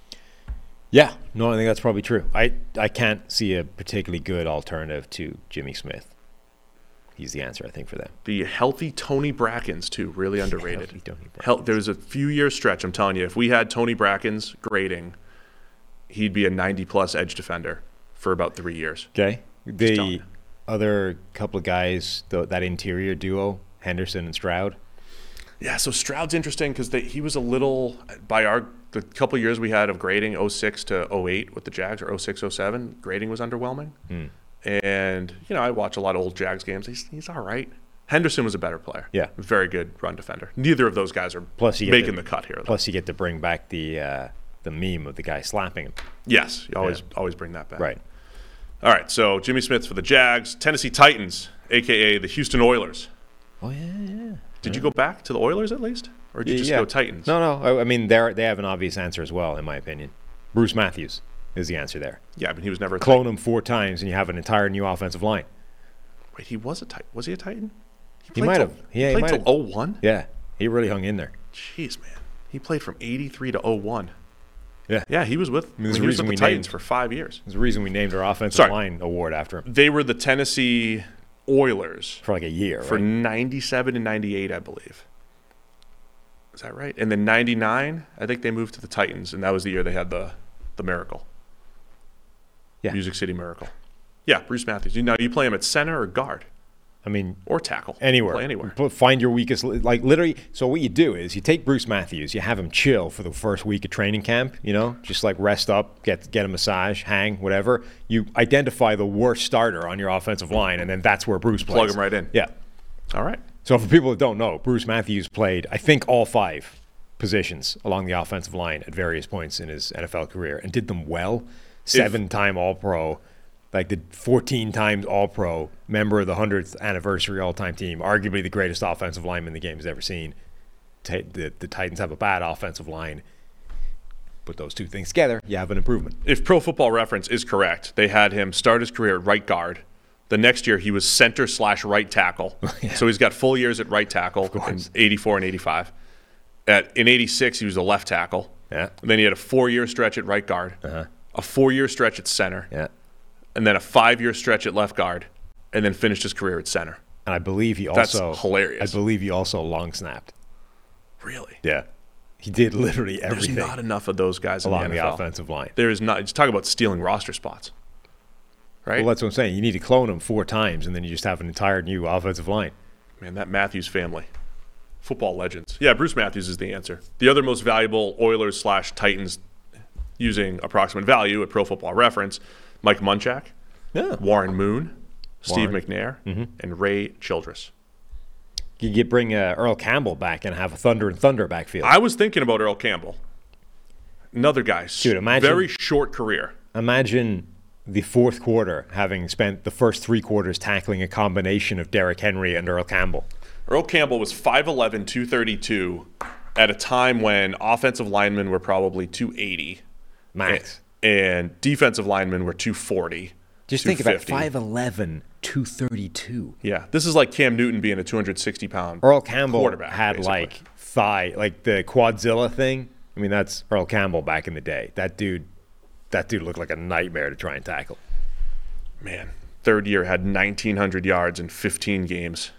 Speaker 5: Yeah, no, I think that's probably true. I, I can't see a particularly good alternative to Jimmy Smith. He's the answer, I think, for them.
Speaker 4: The healthy Tony Brackens, too, really underrated.
Speaker 5: Healthy Tony Brackens.
Speaker 4: Hel- there was a few year stretch, I'm telling you, if we had Tony Brackens grading, he'd be a 90 plus edge defender for about three years.
Speaker 5: Okay.
Speaker 4: telling
Speaker 5: The
Speaker 4: you.
Speaker 5: other couple of guys, tho- that interior duo, Henderson and Stroud.
Speaker 4: Yeah, so Stroud's interesting because he was a little by our the couple years we had of grading 06 to 08 with the Jags or 06 07 grading was underwhelming.
Speaker 5: Hmm.
Speaker 4: And you know, I watch a lot of old Jags games. He's, he's all right. Henderson was a better player.
Speaker 5: Yeah.
Speaker 4: very good run defender. Neither of those guys are
Speaker 5: Plus, you get
Speaker 4: making the, cut here. Though.
Speaker 5: Plus, you get to bring back the uh, the meme of the guy slapping him.
Speaker 4: yes, you always always bring that back.
Speaker 5: Right.
Speaker 4: All right. So Jimmy Smith for the Jags, Tennessee Titans, aka the Houston Oilers.
Speaker 5: Oh yeah, yeah.
Speaker 4: Did you go back to the Oilers at least, or did you just go Titans?
Speaker 5: Hmm. No, no. I, I mean, they are they have an obvious answer as well, in my opinion. Bruce Matthews is the answer there.
Speaker 4: Yeah, but he was never a
Speaker 5: Clone him four times, and you have an entire new offensive line.
Speaker 4: Titan. Wait, he was a Titan. Was he a Titan?
Speaker 5: He
Speaker 4: played
Speaker 5: might
Speaker 4: till-
Speaker 5: have. Yeah, he
Speaker 4: played
Speaker 5: might
Speaker 4: till
Speaker 5: have.
Speaker 4: 01?
Speaker 5: Yeah, he really hung in there.
Speaker 4: Jeez, man. He played from 83 to 01.
Speaker 5: Yeah.
Speaker 4: Yeah, he was with, I mean,
Speaker 5: there's a
Speaker 4: he was
Speaker 5: reason
Speaker 4: with the
Speaker 5: we
Speaker 4: Titans
Speaker 5: named-
Speaker 4: for five years.
Speaker 5: There's a reason we named our offensive
Speaker 4: Sorry.
Speaker 5: line award after him
Speaker 4: They were the Tennessee Oilers
Speaker 5: for like a year.
Speaker 4: for
Speaker 5: right?
Speaker 4: 97 and 98, I believe. Is that right? And then 99, I think they moved to the Titans, and that was the year they had the, the miracle.
Speaker 5: Yeah.
Speaker 4: Music City Miracle. Yeah, Bruce Matthews. You- Now, you play him at center or guard
Speaker 5: I mean,
Speaker 4: or tackle.
Speaker 5: anywhere.
Speaker 4: Play anywhere.
Speaker 5: Put- Find your weakest. li- Like literally. So what you do is you take Bruce Matthews, you have him chill for the first week of training camp. You know, just like rest up, get get a massage, hang, whatever. You identify the worst starter on your offensive line, and then that's where Bruce plays.
Speaker 4: him right in.
Speaker 5: Yeah.
Speaker 4: All right.
Speaker 5: So for people that don't know, Bruce Matthews played, I think, all five positions along the offensive line at various points in his NFL career, and did them well. Seven-time All-Pro. Like the 14 times All Pro, member of the 100th anniversary All Time team, arguably the greatest offensive lineman the game has ever seen. Ta the, the Titans have a bad offensive line. Put those two things together, you have an improvement.
Speaker 4: if Pro Football Reference is correct, they had him start his career at right guard. The next year, he was center slash right tackle. So he's got full years at right tackle in 84 and 85. At, in 86, he was a left tackle.
Speaker 5: Yeah. Uh-huh.
Speaker 4: And then he had a four year stretch at right guard. a four year stretch at center,
Speaker 5: Yeah.
Speaker 4: and then a five year stretch at left guard, and then finished his career at center.
Speaker 5: And I believe he
Speaker 4: That's
Speaker 5: also
Speaker 4: hilarious.
Speaker 5: I believe he also long snapped.
Speaker 4: Really?
Speaker 5: Yeah. He did literally
Speaker 4: There's
Speaker 5: everything
Speaker 4: not enough of those guys in
Speaker 5: along
Speaker 4: the
Speaker 5: the,
Speaker 4: NFL.
Speaker 5: offensive line.
Speaker 4: There is not. Just talk about stealing roster spots, right?
Speaker 5: Well, that's what I'm saying. You need to clone him four times, and then you just have an entire new offensive line.
Speaker 4: Man, that Matthews family. Football legends. Yeah, Bruce Matthews is the answer. The other most valuable Oilers slash Titans using approximate value at Pro Football Reference, Mike Munchak,
Speaker 5: Yeah.
Speaker 4: Warren Moon, Steve
Speaker 5: Warren. Mm-hmm.
Speaker 4: McNair, and Ray Childress.
Speaker 5: You could bring uh, Earl Campbell back and have a Thunder and Thunder backfield.
Speaker 4: I was thinking about Earl Campbell. Another guy. s-
Speaker 5: Dude, imagine-
Speaker 4: Very short career.
Speaker 5: Imagine the fourth quarter having spent the first three quarters tackling a combination of Derrick Henry and Earl Campbell.
Speaker 4: Earl Campbell was 5'11, 232 at a time when offensive linemen were probably 280
Speaker 5: Max.
Speaker 4: and defensive linemen were 240.
Speaker 5: Just think about
Speaker 4: 250.
Speaker 5: 5'11, 232.
Speaker 4: Yeah, this is like Cam Newton being a 260 pound.
Speaker 5: Earl Campbell
Speaker 4: Quarterback,
Speaker 5: had
Speaker 4: basically.
Speaker 5: like thigh, like the quadzilla thing. I mean, that's Earl Campbell back in the day. That dude, that dude looked like a nightmare to try and tackle.
Speaker 4: man, third year had 1,900 yards in 15 games.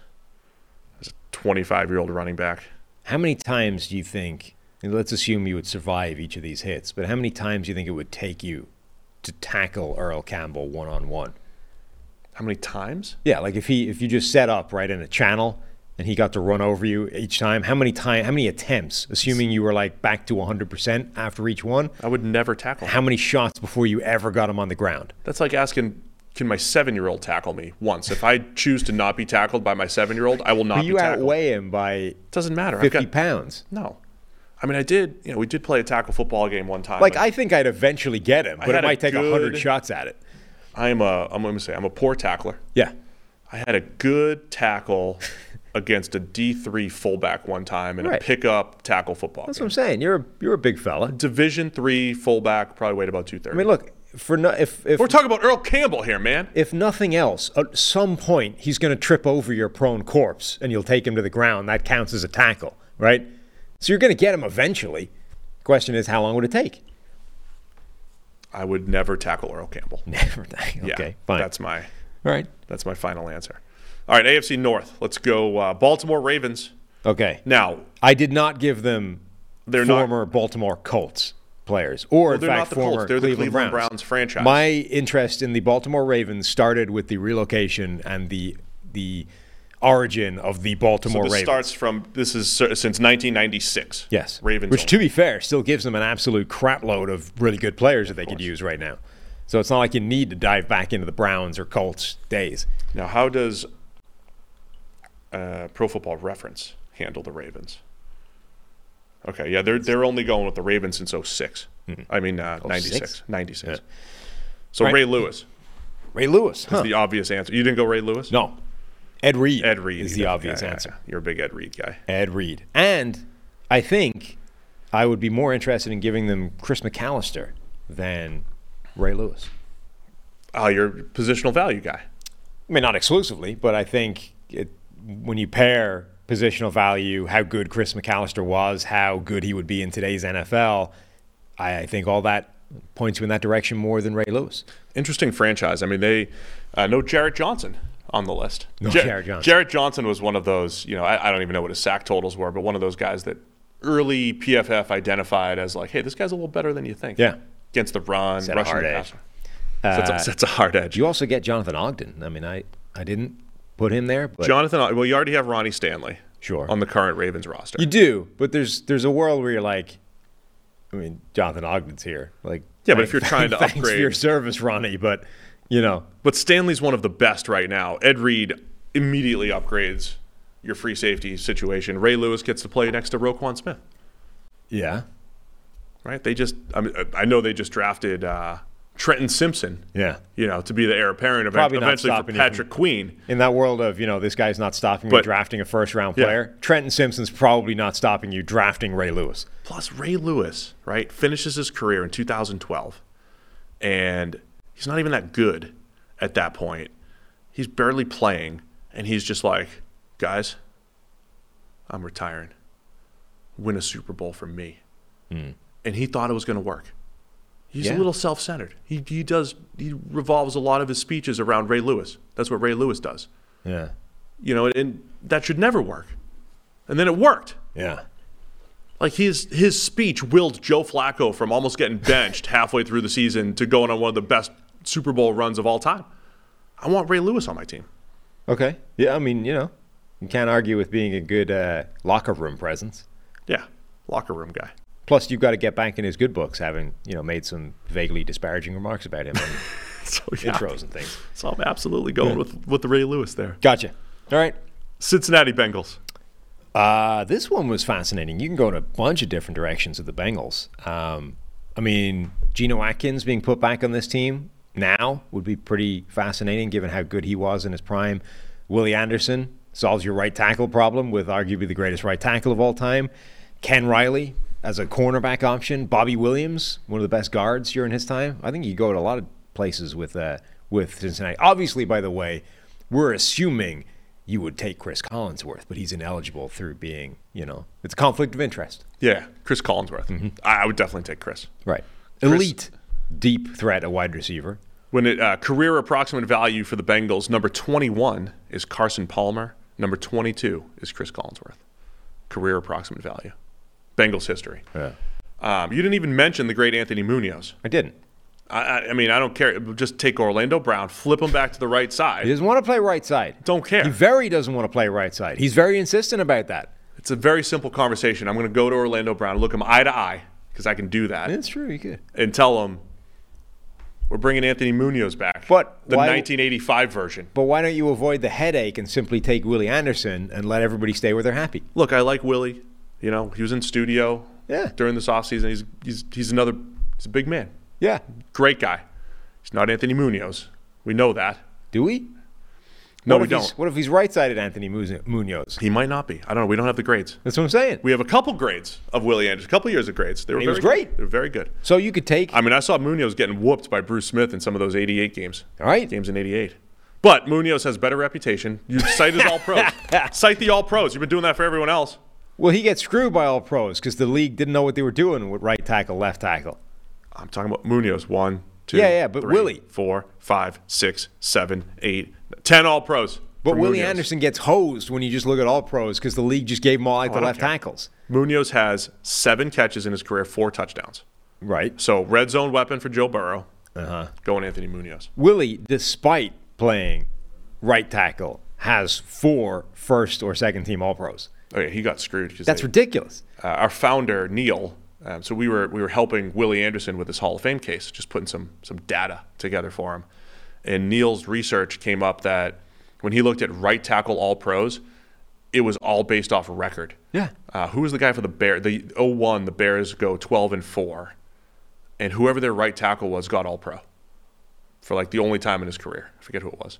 Speaker 4: As a 25 year old running back,
Speaker 5: How many times do you think? and Let's assume you would survive each of these hits, but how many times do you think it would take you to tackle Earl Campbell one on one?
Speaker 4: how many times?
Speaker 5: Yeah, like if he if you just set up right in a channel and he got to run over you each time, how many time how many attempts, assuming you were like back to 100% after each one,
Speaker 4: I would never tackle. him.
Speaker 5: how many shots before you ever got him on the ground?
Speaker 4: That's like asking, can my seven year old tackle me once? If I choose to not be tackled by my seven year old, I will not
Speaker 5: you
Speaker 4: be tackled.
Speaker 5: outweigh him by
Speaker 4: Doesn't matter. I've
Speaker 5: 50
Speaker 4: got-
Speaker 5: pounds.
Speaker 4: No, I mean I did. You know, we did play a tackle football game one time.
Speaker 5: Like
Speaker 4: and
Speaker 5: I think I'd eventually get him, but
Speaker 4: had
Speaker 5: it
Speaker 4: a
Speaker 5: might take a 100
Speaker 4: good-
Speaker 5: shots at it.
Speaker 4: I am a. I'm going to say I'm a poor tackler.
Speaker 5: Yeah.
Speaker 4: I had a good tackle against a D3 fullback one time in
Speaker 5: Right.
Speaker 4: a pickup tackle football.
Speaker 5: That's what
Speaker 4: game.
Speaker 5: I'm saying. You're a, you're a big fella.
Speaker 4: Division 3 fullback probably weighed about 230.
Speaker 5: I mean, look, for no, if if
Speaker 4: We're talking about Earl Campbell here, man.
Speaker 5: if nothing else, at some point he's going to trip over your prone corpse and you'll take him to the ground. That counts as a tackle, right? So you're going to get him eventually. Question is, how long would it take?
Speaker 4: I would never tackle Earl Campbell.
Speaker 5: Never.
Speaker 4: Yeah,
Speaker 5: okay, fine.
Speaker 4: That's my
Speaker 5: all right.
Speaker 4: that's my final answer. All right, AFC North. Let's go uh, Baltimore Ravens.
Speaker 5: Okay.
Speaker 4: Now,
Speaker 5: I did not give them
Speaker 4: They're not-
Speaker 5: former Baltimore Colts players, or in
Speaker 4: they're
Speaker 5: fact,
Speaker 4: not the
Speaker 5: former
Speaker 4: Colts. They're the
Speaker 5: Cleveland,
Speaker 4: Cleveland
Speaker 5: Browns.
Speaker 4: Browns franchise.
Speaker 5: My interest in the Baltimore Ravens started with the relocation and the the origin of the Baltimore
Speaker 4: this
Speaker 5: Ravens.
Speaker 4: starts from this is ser- since 1996.
Speaker 5: Yes.
Speaker 4: Ravens.
Speaker 5: Which,
Speaker 4: only.
Speaker 5: to be fair, still gives them an absolute crapload of really good players that they could use right now. So it's not like you need to dive back into the Browns or Colts days.
Speaker 4: Now, how does uh, Pro Football Reference handle the Ravens? Okay, yeah, they're they're only going with the Ravens since 6
Speaker 5: Hmm.
Speaker 4: I mean, uh, 96. 96. So
Speaker 5: Oh Right.
Speaker 4: Ray Lewis
Speaker 5: Ray Lewis. Huh.
Speaker 4: is the obvious answer. You didn't go Ray Lewis?
Speaker 5: no. Ed Reed.
Speaker 4: Ed Reed
Speaker 5: is
Speaker 4: Yeah,
Speaker 5: the
Speaker 4: yeah,
Speaker 5: obvious
Speaker 4: yeah, yeah.
Speaker 5: answer.
Speaker 4: You're a big Ed Reed guy.
Speaker 5: Ed Reed. And I think I would be more interested in giving them Chris McAllister than Ray Lewis.
Speaker 4: Oh, you're a positional value guy.
Speaker 5: I mean, not exclusively, but I think it, when you pair positional value, how good Chris McAllister was, how good he would be in today's NFL, I, I think all that points you in that direction more than Ray Lewis.
Speaker 4: Interesting franchise. I mean, they uh, no Jarrett Johnson on the list.
Speaker 5: No Jarrett Johnson.
Speaker 4: Jarrett Johnson was one of those. You know, I, I don't even know what his sack totals were, but one of those guys that early PFF identified as like, hey, this guy's a little better than you think.
Speaker 5: Yeah.
Speaker 4: against the run,
Speaker 5: a
Speaker 4: rushing
Speaker 5: hard
Speaker 4: the
Speaker 5: edge. Uh,
Speaker 4: passer. So it's, a, so it's a hard edge.
Speaker 5: You also get Jonathan Ogden. I mean, I, I didn't put him there, but
Speaker 4: Jonathan, uh, well, you already have Ronnie Stanley.
Speaker 5: Sure.
Speaker 4: On the current Ravens roster.
Speaker 5: you do. But there's there's a world where you're like, I mean, Jonathan Ogden's here. Like,
Speaker 4: Yeah, but if you're trying to
Speaker 5: thanks for
Speaker 4: upgrade-
Speaker 5: your service, Ronnie, but you know,
Speaker 4: But Stanley's one of the best right now. Ed Reed immediately upgrades your free safety situation. Ray Lewis gets to play next to Roquan Smith,
Speaker 5: yeah,
Speaker 4: right? They just, I, mean, uh, I know they just drafted uh, Trenton Simpson,
Speaker 5: yeah.
Speaker 4: you know, to be the heir apparent of
Speaker 5: Probably not
Speaker 4: eventually for
Speaker 5: stopping you from-
Speaker 4: Patrick Queen.
Speaker 5: in that world of you know this guy's not stopping you
Speaker 4: But-
Speaker 5: drafting a first round
Speaker 4: Yeah.
Speaker 5: player trenton simpson's probably not stopping you drafting ray lewis
Speaker 4: Plus, Ray Lewis, right, finishes his career in 2012, and he's not even that good at that point. He's barely playing, and he's just like, guys, I'm retiring. Win a Super Bowl for me. And he thought it was going to work. He's
Speaker 5: Yeah.
Speaker 4: a little self-centered. He, he does he revolves a lot of his speeches around Ray Lewis. That's what Ray Lewis does.
Speaker 5: Yeah.
Speaker 4: You know, and, and that should never work. And then it worked.
Speaker 5: Yeah.
Speaker 4: Like his his speech willed Joe Flacco from almost getting benched halfway through the season to going on one of the best Super Bowl runs of all time. I want Ray Lewis on my team.
Speaker 5: Okay. Yeah, I mean, you know, you can't argue with being a good uh, locker room presence.
Speaker 4: Yeah, locker room guy.
Speaker 5: Plus, you've got to get back in his good books, having you know made some vaguely disparaging remarks about him on
Speaker 4: So yeah,
Speaker 5: intros and things.
Speaker 4: so I'm absolutely going with with the Ray Lewis there.
Speaker 5: Gotcha. All right.
Speaker 4: Cincinnati Bengals.
Speaker 5: Uh, this one was fascinating. You can go in a bunch of different directions with the Bengals. Um, I mean, Geno Atkins being put back on this team now would be pretty fascinating, given how good he was in his prime. Willie Anderson solves your right tackle problem with arguably the greatest right tackle of all time. Ken Riley as a cornerback option. Bobby Williams, one of the best guards during his time. I think you go to a lot of places with uh, with Cincinnati. Obviously, by the way, we're assuming you would take Chris Collinsworth, but he's ineligible through being, you know, it's a conflict of interest.
Speaker 4: Yeah, Chris Collinsworth. I, I would definitely take Chris.
Speaker 5: Right. Elite deep threat, a wide receiver.
Speaker 4: When it uh, career approximate value for the Bengals, number 21 is Carson Palmer. Number 22 is Chris Collinsworth. Career approximate value. Bengals history.
Speaker 5: Yeah.
Speaker 4: Um, you didn't even mention the great Anthony Munoz.
Speaker 5: I didn't.
Speaker 4: I, I, I mean, I don't care. Just take Orlando Brown, flip him back to the right side.
Speaker 5: He doesn't want to play right side.
Speaker 4: Don't care.
Speaker 5: He very doesn't want to play right side. He's very insistent about that.
Speaker 4: It's a very simple conversation. I'm going to go to Orlando Brown, look him eye to eye, because I can do that,
Speaker 5: That's true. He could.
Speaker 4: and tell him we're bringing Anthony Munoz back.
Speaker 5: But
Speaker 4: the
Speaker 5: why-
Speaker 4: 1985 version.
Speaker 5: But why don't you avoid the headache and simply take Willie Anderson and let everybody stay where they're happy?
Speaker 4: look, I like Willie. You know, he was in studio
Speaker 5: Yeah.
Speaker 4: during this offseason. He's, he's, he's another, he's a big man.
Speaker 5: Yeah.
Speaker 4: Great guy. He's not Anthony Munoz. We know that.
Speaker 5: Do we?
Speaker 4: No,
Speaker 5: What
Speaker 4: we
Speaker 5: if he's-
Speaker 4: don't.
Speaker 5: What if he's right sided Anthony Muzo- Munoz?
Speaker 4: He might not be. I don't know. We don't have the grades.
Speaker 5: That's what I'm saying.
Speaker 4: We have a couple grades of Willie Anderson, a couple years of grades. They were
Speaker 5: he
Speaker 4: very
Speaker 5: was great.
Speaker 4: good. They were very good.
Speaker 5: so you could take.
Speaker 4: I mean, I saw Munoz getting whooped by Bruce Smith in some of those 88 games.
Speaker 5: all right.
Speaker 4: Games in 88. But Munoz has better reputation. You cited all pros. Cite the all pros. You've been doing that for everyone else.
Speaker 5: Well, he gets screwed by all pros because the league didn't know what they were doing with right tackle, left tackle.
Speaker 4: I'm talking about Munoz. One, two,
Speaker 5: Yeah, yeah, but
Speaker 4: three,
Speaker 5: Willie.
Speaker 4: four, five, six, seven, eight, ten all pros.
Speaker 5: But
Speaker 4: for
Speaker 5: Willie
Speaker 4: Munoz.
Speaker 5: Anderson gets hosed when you just look at all pros because the league just gave them all like the
Speaker 4: don't
Speaker 5: left
Speaker 4: care.
Speaker 5: tackles.
Speaker 4: Munoz has seven catches in his career, four touchdowns.
Speaker 5: Right.
Speaker 4: So red zone weapon for Joe Burrow. Uh
Speaker 5: Uh-huh.
Speaker 4: huh. Going Anthony Munoz.
Speaker 5: Willie, despite playing right tackle, has four first or second team all pros.
Speaker 4: Okay, Oh, he got screwed. 'cause
Speaker 5: That's
Speaker 4: they-
Speaker 5: ridiculous.
Speaker 4: uh, our founder Neil. Um, so we were we were helping Willie Anderson with this Hall of Fame case, just putting some some data together for him. And Neil's research came up that when he looked at right tackle All Pros, it was all based off record.
Speaker 5: Yeah.
Speaker 4: Uh, who was the guy for the Bear? The 01, the Bears go 12 and four, and whoever their right tackle was got All Pro for like the only time in his career. I forget who it was.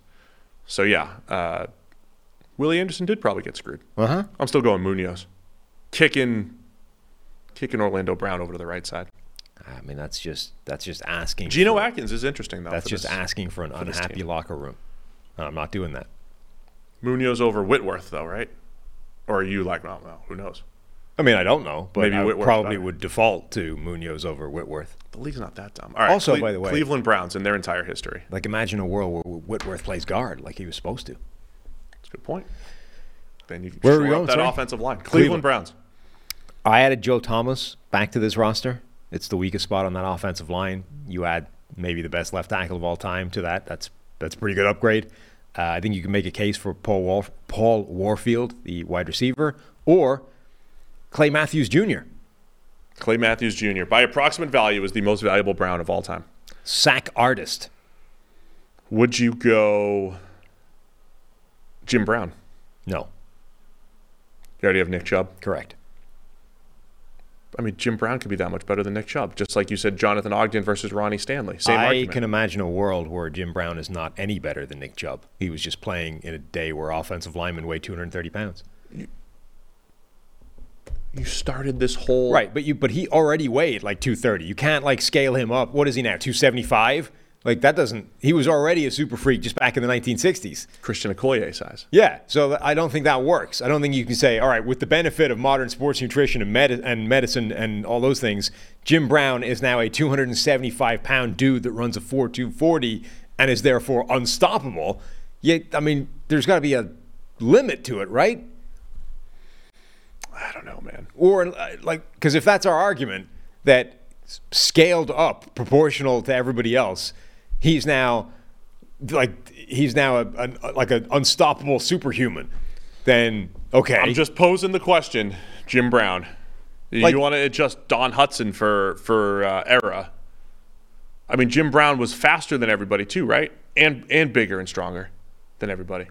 Speaker 4: So yeah, uh, Willie Anderson did probably get screwed.
Speaker 5: Uh huh.
Speaker 4: I'm still going Munoz. Kicking kicking Orlando Brown over to the right side.
Speaker 5: I mean, that's just that's just asking.
Speaker 4: Geno
Speaker 5: for-
Speaker 4: Atkins is interesting though.
Speaker 5: That's
Speaker 4: for
Speaker 5: just
Speaker 4: this.
Speaker 5: asking for an
Speaker 4: this
Speaker 5: unhappy
Speaker 4: team.
Speaker 5: locker room. And I'm not doing that.
Speaker 4: Munoz over Whitworth though, right? Or are you like, no, no, who knows?
Speaker 5: I mean, I don't know, but
Speaker 4: Maybe
Speaker 5: I
Speaker 4: Whitworth
Speaker 5: probably
Speaker 4: better.
Speaker 5: would default to Munoz over Whitworth.
Speaker 4: The league's not that dumb. All right.
Speaker 5: Also, by the way-
Speaker 4: Cleveland Browns in their entire history.
Speaker 5: Like, imagine a world where Whitworth plays guard like he was supposed to.
Speaker 4: That's a good point. Then you
Speaker 5: Where are
Speaker 4: shore
Speaker 5: we
Speaker 4: up
Speaker 5: going,
Speaker 4: that
Speaker 5: sorry?
Speaker 4: offensive line. Cleveland,
Speaker 5: Cleveland.
Speaker 4: Browns.
Speaker 5: I added Joe Thomas back to this roster. It's the weakest spot on that offensive line. You add maybe the best left tackle of all time to that. That's that's a pretty good upgrade. Uh, I think you can make a case for Paul Warf- Paul Warfield, the wide receiver, or Clay Matthews Jr.
Speaker 4: Clay Matthews Jr. by approximate value is the most valuable Brown of all time.
Speaker 5: sack artist.
Speaker 4: Would you go Jim Brown?
Speaker 5: No,
Speaker 4: You already have Nick Chubb.
Speaker 5: correct.
Speaker 4: I mean, Jim Brown could be that much better than Nick Chubb, just like you said, Jonathan Ogden versus Ronnie Stanley. Same
Speaker 5: I
Speaker 4: argument.
Speaker 5: can imagine a world where Jim Brown is not any better than Nick Chubb. He was just playing in a day where offensive linemen weigh 230 pounds.
Speaker 4: you started this whole
Speaker 5: Right, but you but he already weighed like 230. You can't like scale him up. What is he now? 275? Like that doesn't. He was already a super freak just back in the 1960s.
Speaker 4: Christian Okoye size.
Speaker 5: Yeah, so th- I don't think that works. I don't think you can say, all right, with the benefit of modern sports nutrition and, med- and medicine and all those things, Jim Brown is now a 275 pound dude that runs a 4240 and is therefore unstoppable. Yet, I mean, there's got to be a limit to it, right?
Speaker 4: I don't know, man.
Speaker 5: Or uh, like, because if that's our argument that s- scaled up proportional to everybody else, he's now like he's now a, an uh, like an unstoppable superhuman. Then okay,
Speaker 4: I'm just posing the question, Jim Brown.
Speaker 5: Like-
Speaker 4: you want to adjust Don Hudson for for uh, era? I mean, Jim Brown was faster than everybody too, right? And and bigger and stronger than everybody.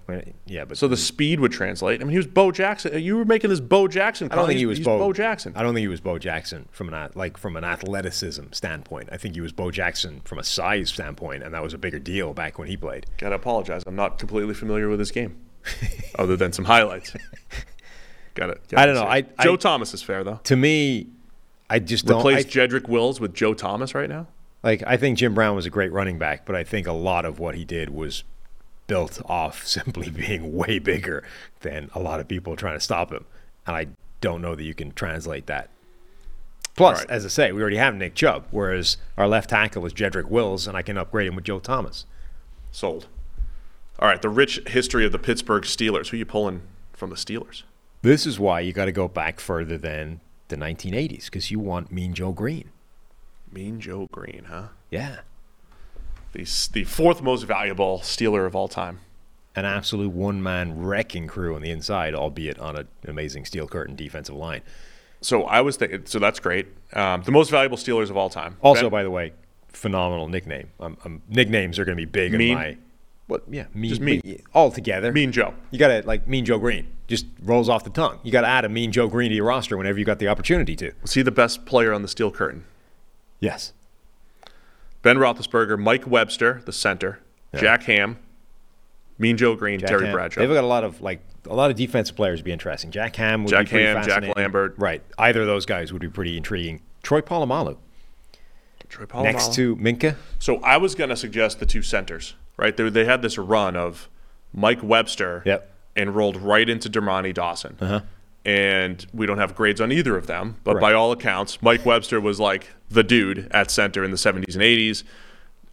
Speaker 5: yeah, but
Speaker 4: So the speed would translate. I mean, he was Bo Jackson. Uh, You were making this Bo Jackson.
Speaker 5: I don't
Speaker 4: call.
Speaker 5: think
Speaker 4: He's-
Speaker 5: he was
Speaker 4: he's
Speaker 5: Bo,
Speaker 4: Jackson.
Speaker 5: I don't think he was Bo Jackson from an ath- like from an athleticism standpoint. I think he was Bo Jackson from a size standpoint, and that was a bigger deal back when he played.
Speaker 4: Gotta apologize. I'm not completely familiar with this game, other than some highlights. Got it.
Speaker 5: I don't know. I- I-
Speaker 4: Joe Thomas is fair though.
Speaker 5: To me, I just don't
Speaker 4: Replace
Speaker 5: I-
Speaker 4: Jedrick Wills with Joe Thomas right now.
Speaker 5: Like I think Jim Brown was a great running back, but I think a lot of what he did was built off simply being way bigger than a lot of people trying to stop him. And I don't know that you can translate that. Plus,
Speaker 4: Right.
Speaker 5: as I say, we already have Nick Chubb, whereas our left tackle is Jedrick Wills, and I can upgrade him with Joe Thomas.
Speaker 4: Sold. All right. The rich history of the Pittsburgh Steelers. Who you pulling from the Steelers?
Speaker 5: This is why you got to go back further than the 1980s because you want Mean Joe Green.
Speaker 4: Mean Joe Green, huh?
Speaker 5: Yeah,
Speaker 4: The s- the fourth most valuable Steeler of all time.
Speaker 5: an absolute one-man wrecking crew on the inside, albeit on an amazing steel curtain defensive line.
Speaker 4: So I was thinking. So that's great. Um, the most valuable Steelers of all time.
Speaker 5: Also,
Speaker 4: Ben-
Speaker 5: by the way, phenomenal nickname. Um, um, nicknames are going to be big
Speaker 4: Mean?
Speaker 5: in my. What? Yeah, mean.
Speaker 4: Just mean.
Speaker 5: but All together.
Speaker 4: Mean Joe.
Speaker 5: You got to like Mean Joe Green. Just rolls off the tongue. You got to add a Mean Joe Green to your roster whenever you got the opportunity to.
Speaker 4: was he the best player on the Steel Curtain?
Speaker 5: Yes.
Speaker 4: Ben Roethlisberger, Mike Webster, the center, Jack Ham, Mean Joe Green, Terry Bradshaw.
Speaker 5: They've got a lot of like a lot of defensive players would be interesting. Jack Ham would
Speaker 4: Jack
Speaker 5: be pretty
Speaker 4: Ham, Jack
Speaker 5: fascinating.
Speaker 4: Lambert.
Speaker 5: Right. Either of those guys would be pretty intriguing. Troy Polamalu
Speaker 4: Troy Polamalu.
Speaker 5: next to Minka.
Speaker 4: So I was going to suggest the two centers, right? They, they had this run of Mike Webster
Speaker 5: Yep.
Speaker 4: and rolled right into Dermani Dawson. And we don't have grades on either of them, but by all accounts, Mike Webster was like the dude at center in the 70s and 80s.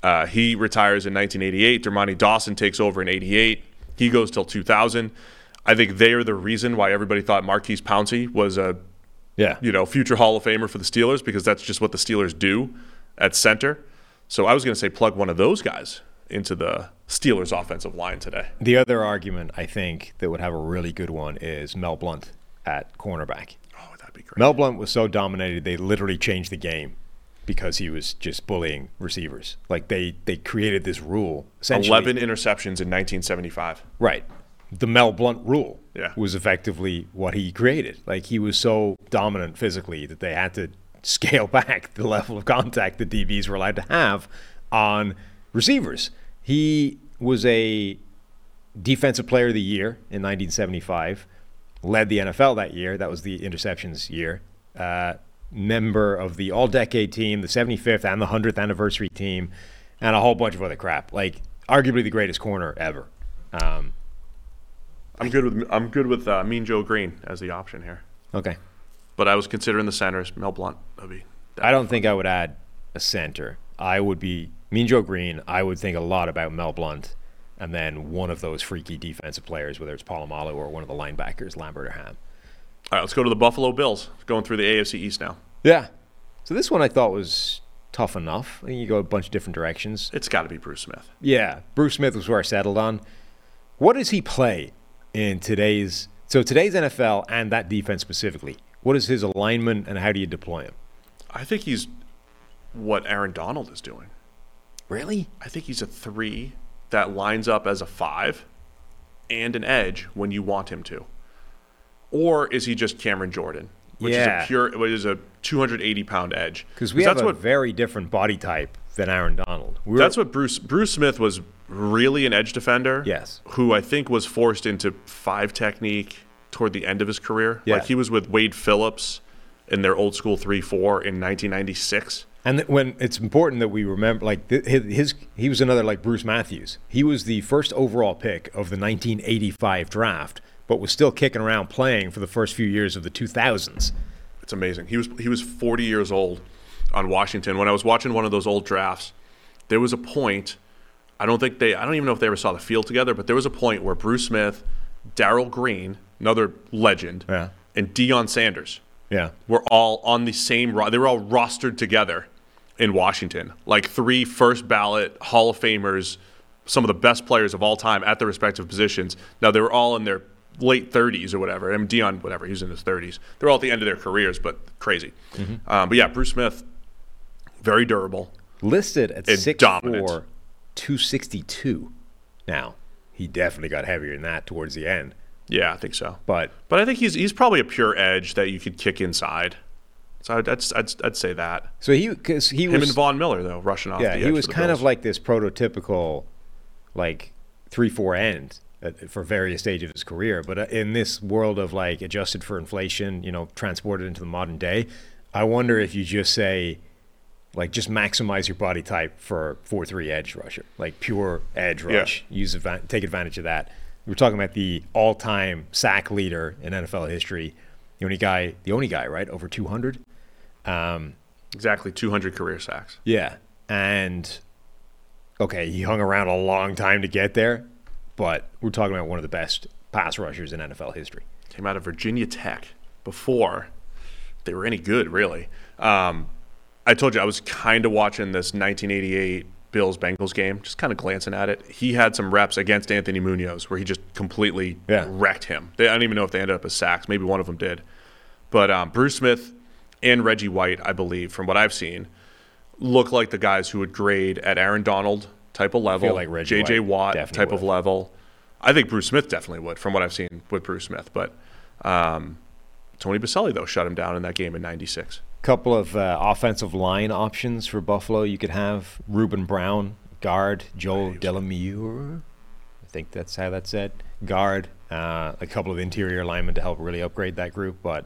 Speaker 4: Uh, he retires in 1988. Dermani Dawson takes over in 88. He goes till 2000. I think they are the reason why everybody thought Marquise Pouncey was a
Speaker 5: Yeah.
Speaker 4: you know, future Hall of Famer for the Steelers because that's just what the Steelers do at center. So I was going to say plug one of those guys into the Steelers offensive line today.
Speaker 5: The other argument I think that would have a really good one is Mel Blunt at cornerback.
Speaker 4: Oh, that'd be great.
Speaker 5: Mel Blunt was so dominated they literally changed the game because he was just bullying receivers. Like they they created this rule essentially.
Speaker 4: 11 interceptions in 1975.
Speaker 5: Right. The Mel Blunt rule
Speaker 4: Yeah.
Speaker 5: was effectively what he created. Like he was so dominant physically that they had to scale back the level of contact the DBs were allowed to have on receivers. He was a defensive player of the year in 1975, led the NFL that year. That was the interceptions year. Uh, member of the all decade team, the 75th and the 100th anniversary team, and a whole bunch of other crap. Like, arguably the greatest corner ever. Um,
Speaker 4: I'm good with I'm good with uh, Mean Joe Green as the option here.
Speaker 5: okay.
Speaker 4: But I was considering the centers, Mel Blunt. That'd be
Speaker 5: I don't think I would add a center. I would be Mean Joe Green. I would think a lot about Mel Blunt and then one of those freaky defensive players, whether it's Palomalu or one of the linebackers, Lambert or Ham.
Speaker 4: All right, let's go to the Buffalo Bills. Going through the AFC East now.
Speaker 5: Yeah. So this one I thought was tough enough. I think you go a bunch of different directions.
Speaker 4: It's got to be Bruce Smith.
Speaker 5: Yeah, Bruce Smith was where I settled on. What does he play in today's so today's NFL and that defense specifically? What is his alignment and how do you deploy him?
Speaker 4: I think he's what Aaron Donald is doing.
Speaker 5: Really?
Speaker 4: I think he's a three that lines up as a five and an edge when you want him to. Or is he just Cameron Jordan, which is
Speaker 5: Yeah.
Speaker 4: a pure, which is a 280 pound edge?
Speaker 5: Because we have
Speaker 4: that's
Speaker 5: a
Speaker 4: what
Speaker 5: very different body type than Aaron Donald. We're,
Speaker 4: that's what Bruce Bruce Smith was really an edge defender.
Speaker 5: Yes.
Speaker 4: who I think was forced into five technique toward the end of his career.
Speaker 5: Yeah.
Speaker 4: Like he was with Wade Phillips in their old school three four in 1996.
Speaker 5: And that when it's important that we remember, like th- his, his, he was another like Bruce Matthews. He was the first overall pick of the 1985 draft, but was still kicking around playing for the first few years of the 2000s.
Speaker 4: It's amazing. He was he was 40 years old on Washington. When I was watching one of those old drafts, there was a point. I don't think they. I don't even know if they ever saw the field together, but there was a point where Bruce Smith, Daryl Green, another legend,
Speaker 5: Yeah.
Speaker 4: and Deion Sanders
Speaker 5: Yeah.
Speaker 4: were all on the same. Ro- they were all rostered together in Washington, like three first ballot Hall of Famers, some of the best players of all time at their respective positions. Now they were all in their late 30s or whatever. I mean, Dion, whatever, he was in his 30s. They're all at the end of their careers, but crazy.
Speaker 5: Mm-hmm.
Speaker 4: Um, but yeah, Bruce Smith, very durable.
Speaker 5: Listed at
Speaker 4: And
Speaker 5: 6'4",
Speaker 4: dominant.
Speaker 5: 262. Now, he definitely got heavier than that towards the end,
Speaker 4: Yeah, I think so.
Speaker 5: but
Speaker 4: But I think he's he's probably a pure edge that you could kick inside. So I'd, I'd, I'd, I'd say that.
Speaker 5: so he because he
Speaker 4: Him
Speaker 5: was
Speaker 4: and Von Miller though rushing off.
Speaker 5: yeah
Speaker 4: the
Speaker 5: he
Speaker 4: edge
Speaker 5: was
Speaker 4: for the
Speaker 5: kind
Speaker 4: Bills.
Speaker 5: of like this prototypical like three four end at, for various stages of his career but uh, in this world of like adjusted for inflation you know transported into the modern day i wonder if you just say like just maximize your body type for four three edge rusher like pure edge
Speaker 4: Yeah.
Speaker 5: rush use advan- take advantage of that we were talking about the all-time sack leader in nfl history the only guy the only guy right over 200
Speaker 4: exactly 200 career sacks.
Speaker 5: yeah. And okay, he hung around a long time to get there, but we're talking about one of the best pass rushers in NFL history.
Speaker 4: came out of Virginia Tech before they were any good, really. Um, I told you I was kind of watching this 1988 Bills Bengals game, just kind of glancing at it. He had some reps against Anthony Munoz where he just completely
Speaker 5: Yeah.
Speaker 4: wrecked him. They, I don't even know if they ended up as sacks. Maybe one of them did. But um, Bruce Smith and Reggie White, I believe, from what I've seen, look like the guys who would grade at Aaron Donald type of level,
Speaker 5: like Reggie
Speaker 4: JJ
Speaker 5: White
Speaker 4: Watt
Speaker 5: definitely
Speaker 4: type of
Speaker 5: would.
Speaker 4: level. I think Bruce Smith definitely would, from what I've seen with Bruce Smith. But um, Tony Baselli though shut him down in that game in '96.
Speaker 5: Couple of uh, offensive line options for Buffalo you could have Reuben Brown, guard, Joel Delamure. I think that's how that's said. Guard, uh, a couple of interior linemen to help really upgrade that group, but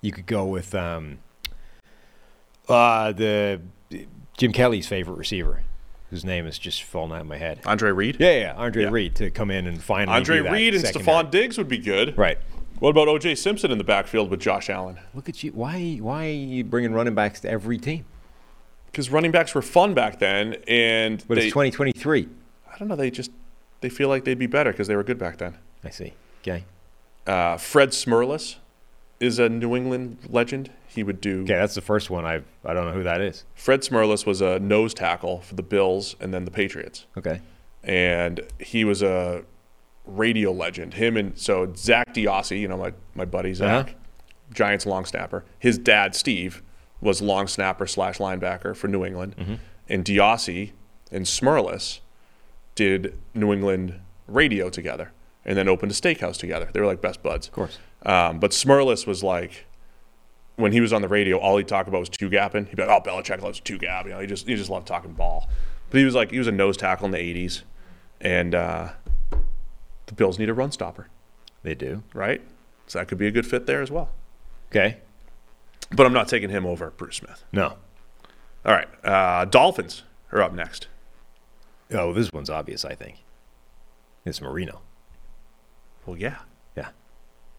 Speaker 5: you could go with um, uh, the Jim Kelly's favorite receiver, whose name is just falling out of my head.
Speaker 4: Andre Reed.
Speaker 5: Yeah, yeah, Andre
Speaker 4: Yeah.
Speaker 5: Reed to come in and finally.
Speaker 4: Andre
Speaker 5: be that
Speaker 4: Reed and
Speaker 5: secondary.
Speaker 4: Stephon Diggs would be good.
Speaker 5: Right.
Speaker 4: What about O.J. Simpson in the backfield with Josh Allen?
Speaker 5: Look at you. Why? Why are you bringing running backs to every team?
Speaker 4: Because running backs were fun back then, and
Speaker 5: But
Speaker 4: they-
Speaker 5: it's 2023.
Speaker 4: I don't know. They just they feel like they'd be better because they were good back then.
Speaker 5: I see. Okay.
Speaker 4: Uh, Fred Smirlis is a New England legend. He would do.
Speaker 5: Okay, that's the first one. I I don't know who that is.
Speaker 4: Fred Smirlis was a nose tackle for the Bills and then the Patriots.
Speaker 5: Okay.
Speaker 4: and he was a radio legend. Him and so Zach Diossi, you know my my buddy Zach,
Speaker 5: Uh-huh.
Speaker 4: Giants long snapper. His dad Steve was long snapper slash linebacker for New England,
Speaker 5: Mm-hmm.
Speaker 4: and Diossi and Smirlis did New England radio together, and then opened a steakhouse together. They were like best buds. Of
Speaker 5: course.
Speaker 4: Um, but Smirlis was like when he was on the radio, all he talked about was two gapping. He'd be like, "Oh, Belichick loves two gap." You know, he just he just loved talking ball. But he was like he was a nose tackle in the '80s, and uh, the Bills need a run stopper,
Speaker 5: They do.
Speaker 4: right? So that could be a good fit there as well.
Speaker 5: Okay.
Speaker 4: But I'm not taking him over Bruce Smith.
Speaker 5: No.
Speaker 4: All right, uh, Dolphins are up next.
Speaker 5: Oh, this one's obvious. I think. It's Marino.
Speaker 4: Well, yeah,
Speaker 5: Yeah.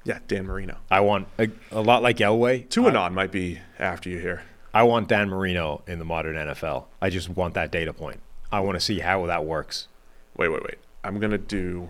Speaker 4: yeah, Dan Marino.
Speaker 5: I want a, a lot like Elway.
Speaker 4: Tuanon might be after you here.
Speaker 5: I want Dan Marino in the modern NFL. I just want that data point. I want to see how that works.
Speaker 4: Wait, wait, wait. I'm gonna do.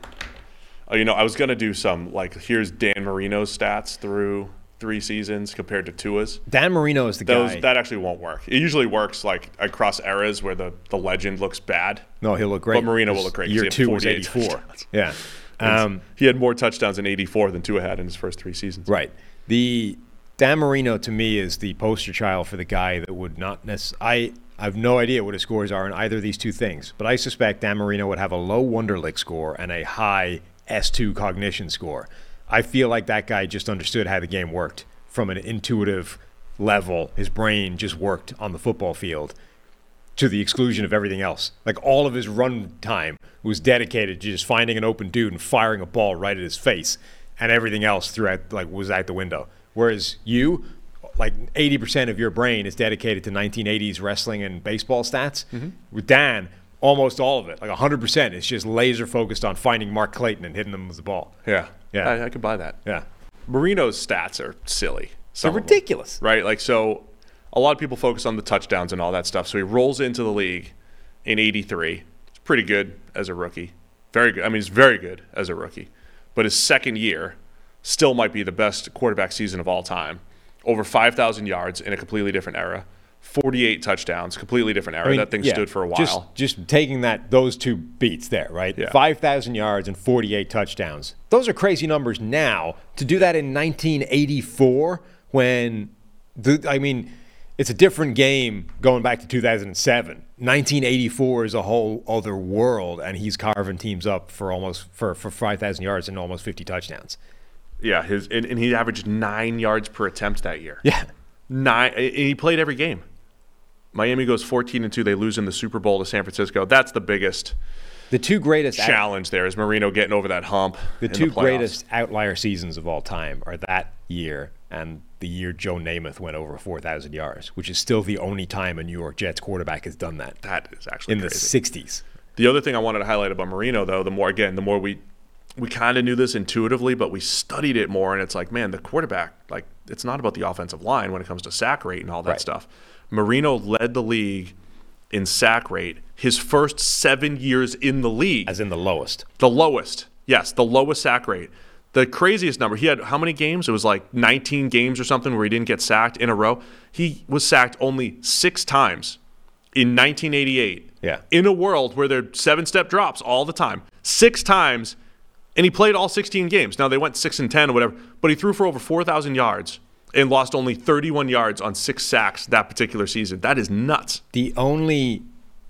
Speaker 4: Oh, you know, I was gonna do some like here's Dan Marino's stats through three seasons compared to Tua's.
Speaker 5: Dan Marino is the
Speaker 4: Those
Speaker 5: guy.
Speaker 4: that actually won't work. It usually works like across eras where the, the legend looks bad.
Speaker 5: no, he'll look great.
Speaker 4: But Marino will look great 'cause
Speaker 5: Year
Speaker 4: he had
Speaker 5: two was
Speaker 4: 48
Speaker 5: 84.
Speaker 4: touchdowns.
Speaker 5: Yeah. Um,
Speaker 4: He had more touchdowns in '84 than Tua had in his first three seasons.
Speaker 5: Right. The Dan Marino to me is the poster child for the guy that would not necessarily. I have no idea what his scores are in either of these two things, but I suspect Dan Marino would have a low Wonderlick score and a high S2 cognition score. I feel like that guy just understood how the game worked from an intuitive level. His brain just worked on the football field to the exclusion of everything else. Like all of his run time was dedicated to just finding an open dude and firing a ball right at his face, and everything else throughout like was out the window. Whereas you, like 80% of your brain is dedicated to 1980s wrestling and baseball stats. With Dan, almost all of it, like 100%, is just laser focused on finding Mark Clayton and hitting them with the ball.
Speaker 4: Yeah.
Speaker 5: Yeah.
Speaker 4: I, I could buy that.
Speaker 5: Yeah.
Speaker 4: Marino's stats are silly. Some
Speaker 5: They're
Speaker 4: of them,
Speaker 5: ridiculous.
Speaker 4: right? Like, so a lot of people focus on the touchdowns and all that stuff. So he rolls into the league in 83. It's pretty good as a rookie. Very good. I mean, he's very good as a rookie. But his second year still might be the best quarterback season of all time. Over 5,000 yards in a completely different era. 48 touchdowns, completely different era.
Speaker 5: I mean,
Speaker 4: that thing
Speaker 5: yeah,
Speaker 4: stood for a while.
Speaker 5: Just, just taking that those two beats there, right?
Speaker 4: Yeah.
Speaker 5: Five thousand yards and forty-eight touchdowns. Those are crazy numbers now. To do that in 1984, when the I mean, it's a different game going back to 2007. 1984 is a whole other world, and he's carving teams up for almost for for five thousand yards and almost fifty touchdowns.
Speaker 4: Yeah, his and, and he averaged nine yards per attempt that year.
Speaker 5: Yeah.
Speaker 4: nine. And he played every game. Miami goes fourteen and two. They lose in the Super Bowl to San Francisco. That's the biggest
Speaker 5: The two greatest athletes.
Speaker 4: challenge. There is Marino getting over that hump.
Speaker 5: the
Speaker 4: in
Speaker 5: two
Speaker 4: playoffs.
Speaker 5: greatest outlier seasons of all time are that year and the year Joe Namath went over 4,000 yards, which is still the only time a New York Jets quarterback has done that
Speaker 4: That is actually
Speaker 5: in the
Speaker 4: crazy.
Speaker 5: 60s.
Speaker 4: The other thing I wanted to highlight about Marino, though, the more again, the more we we kind of knew this intuitively, but we studied it more, and it's like, man, the quarterback, like, it's not about the offensive line when it comes to sack rate and all that
Speaker 5: Right.
Speaker 4: stuff. Marino led the league in sack rate his first seven years in the league,
Speaker 5: As in the lowest.
Speaker 4: the lowest. Yes, the lowest sack rate. The craziest number. He had how many games? It was like 19 games or something where he didn't get sacked in a row. He was sacked only six times in 1988
Speaker 5: Yeah.
Speaker 4: in a world where there are seven step drops all the time, six times, and he played all 16 games. Now they went six and 10 or whatever, but he threw for over 4,000 yards and lost only 31 yards on six sacks that particular season. That is nuts.
Speaker 5: The only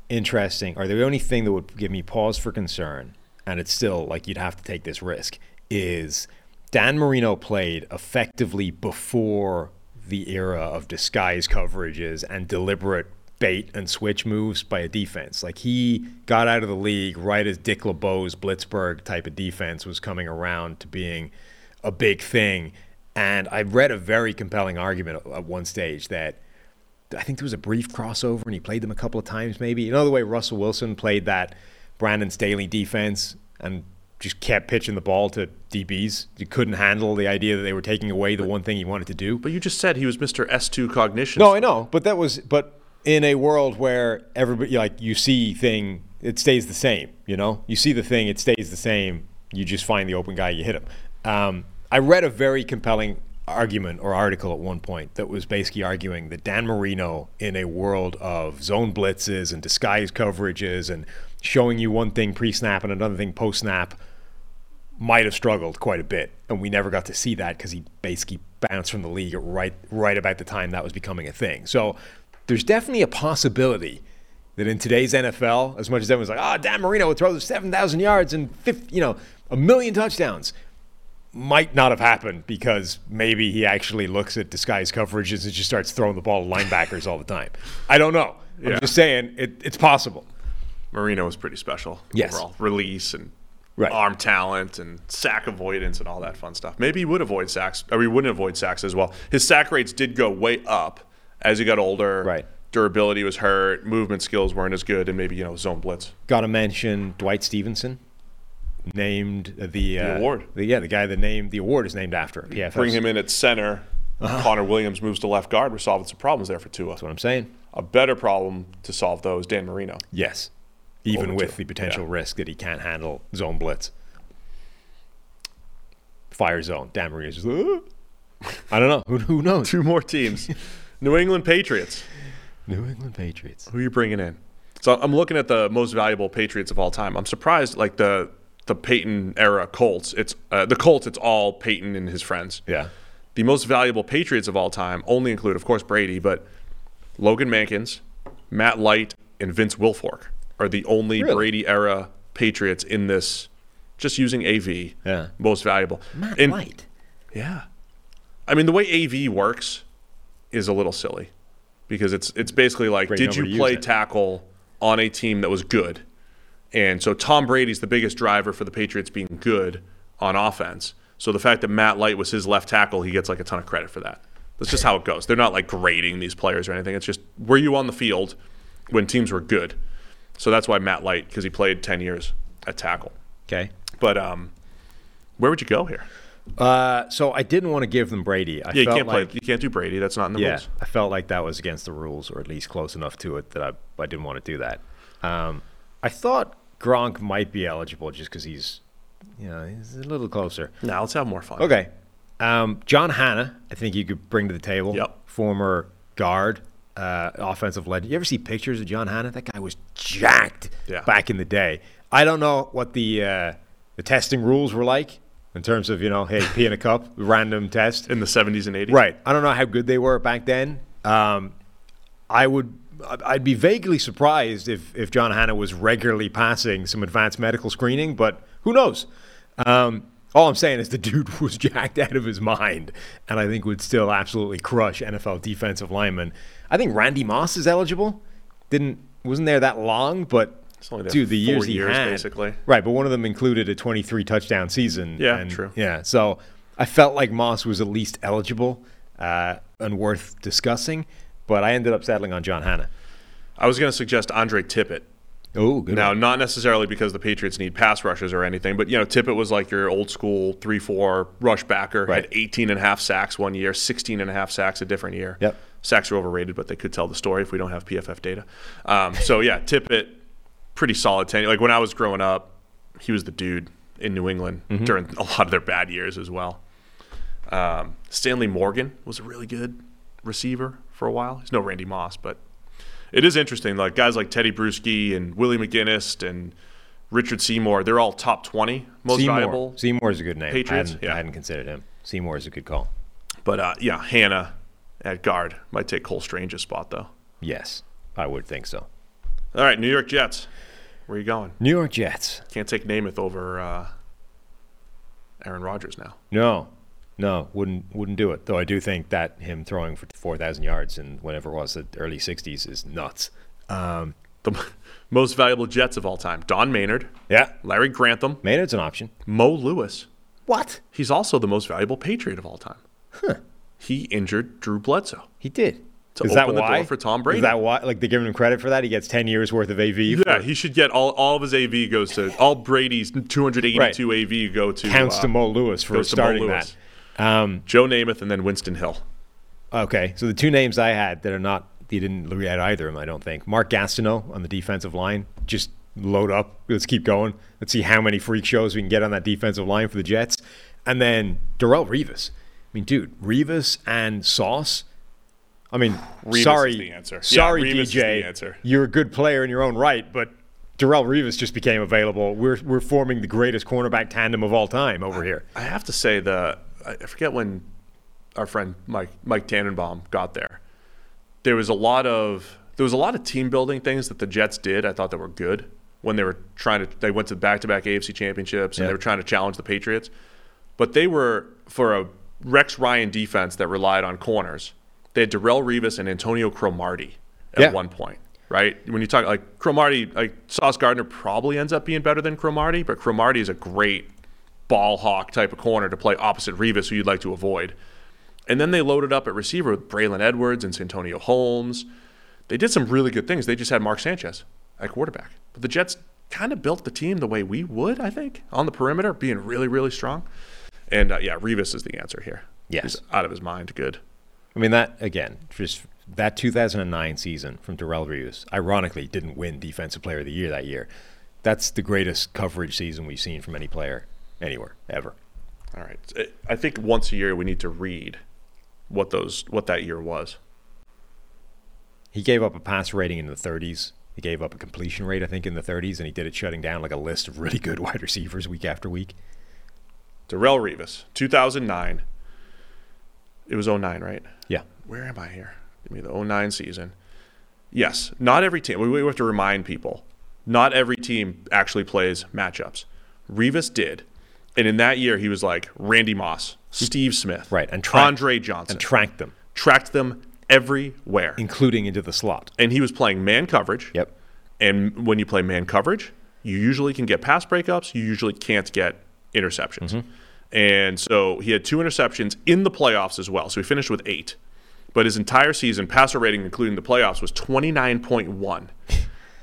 Speaker 5: interesting, or the only thing that would give me pause for concern, and it's still like you'd have to take this risk, is Dan Marino played effectively before the era of disguise coverages and deliberate bait and switch moves by a defense. Like he got out of the league right as Dick LeBeau's Blitzberg type of defense was coming around to being a big thing. And I read a very compelling argument at- at one stage that I think there was a brief crossover and he played them a couple of times, maybe. You know, the way Russell Wilson played that Brandon Staley defense and just kept pitching the ball to DBs. He couldn't handle the idea that they were taking away the one thing he wanted to do.
Speaker 4: But you just said he was Mr. S2 cognition.
Speaker 5: No, I know, but that was but in a world where everybody like you see thing, it stays the same. You know, you see the thing, it stays the same. You just find the open guy, you hit him. Um, I read a very compelling argument or article at one point that was basically arguing that Dan Marino, in a world of zone blitzes and disguise coverages and showing you one thing pre snap and another thing post snap, might have struggled quite a bit, and we never got to see that because he basically bounced from the league at right right about the time that was becoming a thing. So there's definitely a possibility that in today's NFL, as much as everyone's like, "Ah, Dan Marino would throw seven thousand yards and 50, you know a million touchdowns," might not have happened because maybe he actually looks at disguise coverages and just starts throwing the ball to linebackers all the time. I don't know.
Speaker 4: Yeah.
Speaker 5: I'm just saying it, it's possible.
Speaker 4: Marino was pretty special
Speaker 5: Yes.
Speaker 4: overall. Release and
Speaker 5: Right.
Speaker 4: arm talent and sack avoidance and all that fun stuff. Maybe he would avoid sacks, or he wouldn't avoid sacks as well. His sack rates did go way up as he got older.
Speaker 5: Right.
Speaker 4: Durability was hurt, movement skills weren't as good, and maybe, you know, zone blitz.
Speaker 5: Got to mention Dwight Stevenson, named the, uh,
Speaker 4: award.
Speaker 5: the- yeah, the guy that named the award is named after him. Yeah,
Speaker 4: Bring him in at center. Connor Williams moves to left guard. We're solving some problems there for Tua.
Speaker 5: Uh-huh. That's what I'm saying.
Speaker 4: A better problem to solve, though, is Dan Marino.
Speaker 5: Yes, even
Speaker 4: Over
Speaker 5: with
Speaker 4: to-
Speaker 5: the potential
Speaker 4: yeah.
Speaker 5: risk that he can't handle zone blitz, fire zone. Dan Marino's just. "Uh." I don't know. Who, who knows?
Speaker 4: Two more teams. New England Patriots.
Speaker 5: New England Patriots.
Speaker 4: Who are you bringing in? So I'm looking at the most valuable Patriots of all time. I'm surprised, like the the Peyton era Colts. It's uh, the Colts. It's all Peyton and his friends.
Speaker 5: Yeah.
Speaker 4: The most valuable Patriots of all time only include, of course, Brady, but Logan Mankins, Matt Light, and Vince Wilfork are the only
Speaker 5: Really?
Speaker 4: Brady era Patriots in this. Just using AV,
Speaker 5: Yeah.
Speaker 4: most valuable.
Speaker 5: Matt
Speaker 4: And-
Speaker 5: Light.
Speaker 4: yeah. I mean, the way AV works is a little silly because it's it's basically like,
Speaker 5: Brady
Speaker 4: did
Speaker 5: nobody
Speaker 4: you
Speaker 5: used
Speaker 4: play
Speaker 5: it.
Speaker 4: tackle on a team that was good? And so Tom Brady's the biggest driver for the Patriots being good on offense. So the fact that Matt Light was his left tackle, he gets like a ton of credit for that. That's just how it goes. They're not like grading these players or anything. It's just were you on the field when teams were good? So that's why Matt Light, because he played ten years at tackle.
Speaker 5: Okay.
Speaker 4: But um, where would you go here?
Speaker 5: Uh, so I didn't want to give them Brady. I
Speaker 4: Yeah, you
Speaker 5: felt
Speaker 4: can't
Speaker 5: like-
Speaker 4: play. You can't do Brady. That's not in the
Speaker 5: Yeah,
Speaker 4: rules.
Speaker 5: I felt like that was against the rules, or at least close enough to it that I, I didn't want to do that. Um, I thought Gronk might be eligible just because he's, you know, he's a little closer.
Speaker 4: Now let's have more fun.
Speaker 5: Okay. Um, John Hanna, I think you could bring to the table.
Speaker 4: Yep.
Speaker 5: Former guard, uh, offensive legend. You ever see pictures of John Hanna? That guy was jacked
Speaker 4: Yeah.
Speaker 5: back in the day. I don't know what the uh, the testing rules were like in terms of you know, hey, pee in a cup, random test.
Speaker 4: In the seventies and eighties.
Speaker 5: Right. I don't know how good they were back then. Um, I would. I'd- I'd be vaguely surprised if if John Hanna was regularly passing some advanced medical screening, but who knows? Um, all I'm saying is the dude was jacked out of his mind, and I think would still absolutely crush NFL defensive linemen. I think Randy Moss is eligible. Didn't wasn't there that long, but
Speaker 4: only there
Speaker 5: dude, the
Speaker 4: four
Speaker 5: years he
Speaker 4: years,
Speaker 5: had,
Speaker 4: basically.
Speaker 5: right? But one of them included a 23 touchdown season.
Speaker 4: Yeah, true.
Speaker 5: Yeah, so I felt like Moss was at least eligible uh, and worth discussing, but I ended up settling on John Hanna.
Speaker 4: I was going to suggest Andre Tippett.
Speaker 5: Oh, good.
Speaker 4: Now,
Speaker 5: one.
Speaker 4: not necessarily because the Patriots need pass rushers or anything, but you know, Tippett was like your old school 3-4 rush backer,
Speaker 5: Right.
Speaker 4: had 18 and a half sacks one year, 16 and a half sacks a different year.
Speaker 5: Yep.
Speaker 4: Sacks are overrated, but they could tell the story if we don't have PFF data. Um, so yeah, Tippett pretty solid tenure. Like when I was growing up, he was the dude in New England
Speaker 5: Mm-hmm.
Speaker 4: during a lot of their bad years as well. Um, Stanley Morgan was a really good receiver for a while. He's no Randy Moss, but it is interesting. Like guys like Teddy Bruschi and Willie McGinnis and Richard Seymour, they're all top twenty most
Speaker 5: Seymour.
Speaker 4: valuable.
Speaker 5: Seymour's a good name.
Speaker 4: Patriots?
Speaker 5: I hadn't,
Speaker 4: Yeah.
Speaker 5: I hadn't considered him. Seymour is a good call.
Speaker 4: But uh, yeah, Hannah at guard might take Cole Strange's spot though.
Speaker 5: Yes, I would think so.
Speaker 4: All right, New York Jets. Where are you going?
Speaker 5: New York Jets.
Speaker 4: Can't take Namath over uh, Aaron Rodgers now.
Speaker 5: No, no, wouldn't wouldn't do it. Though I do think that him throwing for four thousand yards in whatever it was the early '60s is nuts. Um,
Speaker 4: The m- most valuable Jets of all time: Don Maynard,
Speaker 5: yeah,
Speaker 4: Larry Grantham,
Speaker 5: Maynard's an option.
Speaker 4: Mo Lewis.
Speaker 5: What
Speaker 4: He's also the most valuable Patriot of all time. He injured Drew Bledsoe.
Speaker 5: he did.
Speaker 4: To
Speaker 5: is that
Speaker 4: open the door
Speaker 5: why
Speaker 4: for Tom Brady.
Speaker 5: Is that why? Like they're giving him credit for that? He gets ten years worth of AV.
Speaker 4: Yeah,
Speaker 5: for-
Speaker 4: he should get all, all of his AV goes to all Brady's 282 AV go to
Speaker 5: counts
Speaker 4: uh,
Speaker 5: to Mo Lewis for
Speaker 4: goes to Mo
Speaker 5: starting
Speaker 4: Lewis.
Speaker 5: that. Um,
Speaker 4: Joe Namath and then Winston Hill.
Speaker 5: okay, so the two names I had that are not you didn't look at either of them, I don't think. Mark Gastineau on the defensive line, just load up. Let's keep going. Let's see how many freak shows we can get on that defensive line for the Jets, and then Darrell Revis. I mean, dude, Revis and Sauce. I mean,
Speaker 4: is
Speaker 5: sorry,
Speaker 4: the answer.
Speaker 5: sorry,
Speaker 4: Yeah,
Speaker 5: DJ,
Speaker 4: Revis is the answer.
Speaker 5: you're a good player in your own right, but Darrell Revis just became available. We're we're forming the greatest cornerback tandem of all time over here.
Speaker 4: I have to say the I I forget when our friend Mike Mike Tannenbaum got there. There was a lot of there was a lot of team building things that the Jets did. I thought that were good when they were trying to they went to back to back AFC championships and
Speaker 5: Yeah.
Speaker 4: they were trying to challenge the Patriots. But they were for a Rex Ryan defense that relied on corners. They had Darrell Revis and Antonio Cromartie at
Speaker 5: Yeah.
Speaker 4: one point, right? When you talk like Cromartie, like Sauce Gardner probably ends up being better than Cromartie, but Cromartie is a great ball hawk type of corner to play opposite Revis, who you'd like to avoid. And then they loaded up at receiver with Braylon Edwards and Santonio Holmes. They did some really good things. They just had Mark Sanchez at quarterback. But the Jets kind of built the team the way we would, I think, on the perimeter, being really, really strong. And uh, yeah, Revis is the answer here.
Speaker 5: Yes.
Speaker 4: He's out of his mind. Good.
Speaker 5: I mean that again, just that 2009 season from Darrell Reeves, ironically didn't win Defensive Player of the Year that year. That's the greatest coverage season we've seen from any player anywhere ever.
Speaker 4: All right. I- I think once a year we need to read what those what that year was.
Speaker 5: He gave up a pass rating in the 30s. He gave up a completion rate, I think, in the 30s, and he did it shutting down like a list of really good wide receivers week after week.
Speaker 4: Darrell Revis, 2009. It was 09, right?
Speaker 5: Yeah,
Speaker 4: where am I here? Give me the 09 season. Yes, not every team. We, we have to remind people, not every team actually plays matchups. Revis did, and in that year he was like Randy Moss, Steve Smith,
Speaker 5: right. And track-
Speaker 4: Andre Johnson,
Speaker 5: and tracked them,
Speaker 4: tracked them everywhere,
Speaker 5: including into the slot.
Speaker 4: and he was playing man coverage.
Speaker 5: Yep.
Speaker 4: And when you play man coverage, you usually can get pass breakups. You usually can't get interceptions. And so he had two interceptions in the playoffs as well. So he finished with eight. But his entire season passer rating, including the playoffs, was 29.1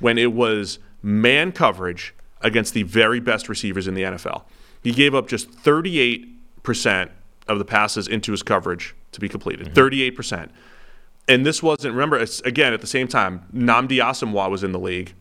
Speaker 4: when it was man coverage against the very best receivers in the NFL. He gave up just 38% of the passes into his coverage to be completed. 38%. And this wasn't, remember, it's, again, at the same time, Namdi Asamoah was in the league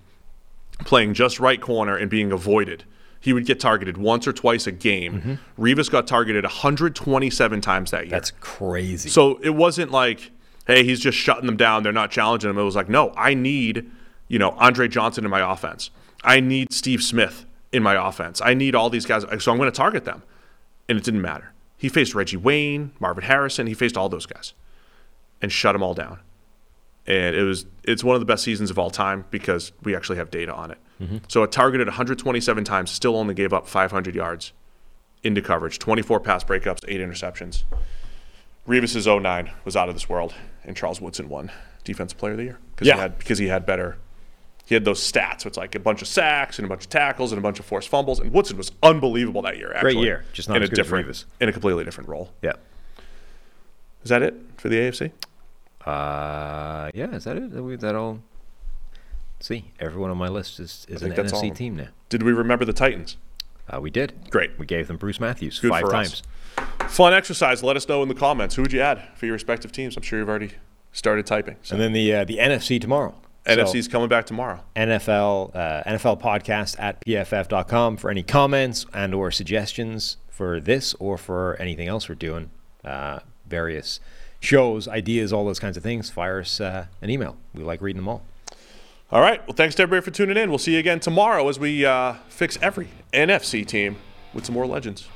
Speaker 4: playing just right corner and being avoided. He would get targeted once or twice a game. Revis got targeted 127 times that year.
Speaker 5: That's crazy.
Speaker 4: So it wasn't like, hey, he's just shutting them down. They're not challenging him. It was like, no, I need, you know, Andre Johnson in my offense. I need Steve Smith in my offense. I need all these guys. So I'm going to target them. And it didn't matter. He faced Reggie Wayne, Marvin Harrison. He faced all those guys and shut them all down. And it was it's one of the best seasons of all time because we actually have data on it.
Speaker 5: Mm-hmm.
Speaker 4: So it targeted 127 times, still only gave up 500 yards into coverage, 24 pass breakups, eight interceptions. Revis's 09 was out of this world, and Charles Woodson won Defensive Player of the Year because
Speaker 5: Yeah.
Speaker 4: he had because he had better. He had those stats. So it's like a bunch of sacks and a bunch of tackles and a bunch of forced fumbles. And Woodson was unbelievable that year. Actually,
Speaker 5: year, just not
Speaker 4: in
Speaker 5: as
Speaker 4: a
Speaker 5: good as
Speaker 4: different
Speaker 5: Revis.
Speaker 4: in a completely different role.
Speaker 5: yeah.
Speaker 4: Is that it for the AFC?
Speaker 5: Uh, yeah. Is that it? That, we, that all? See, everyone on my list is, is an
Speaker 4: think that's all of
Speaker 5: NFC
Speaker 4: them.
Speaker 5: team now.
Speaker 4: Did we remember the Titans?
Speaker 5: Uh, we did.
Speaker 4: Great.
Speaker 5: We gave them Bruce Matthews
Speaker 4: Good
Speaker 5: five
Speaker 4: for us.
Speaker 5: times.
Speaker 4: Fun exercise. Let us know in the comments. Who would you add for your respective teams? I'm sure you've already started typing. So
Speaker 5: And then the uh, the NFC tomorrow. So-
Speaker 4: NFC's coming back tomorrow.
Speaker 5: NFL uh, NFL podcast at pff.com for any comments and or suggestions for this or for anything else we're doing, uh, various shows, ideas, all those kinds of things. Fire us uh, an email. We like reading them all.
Speaker 4: All right. Well, thanks to everybody for tuning in. We'll see you again tomorrow as we uh, fix every NFC team with some more legends.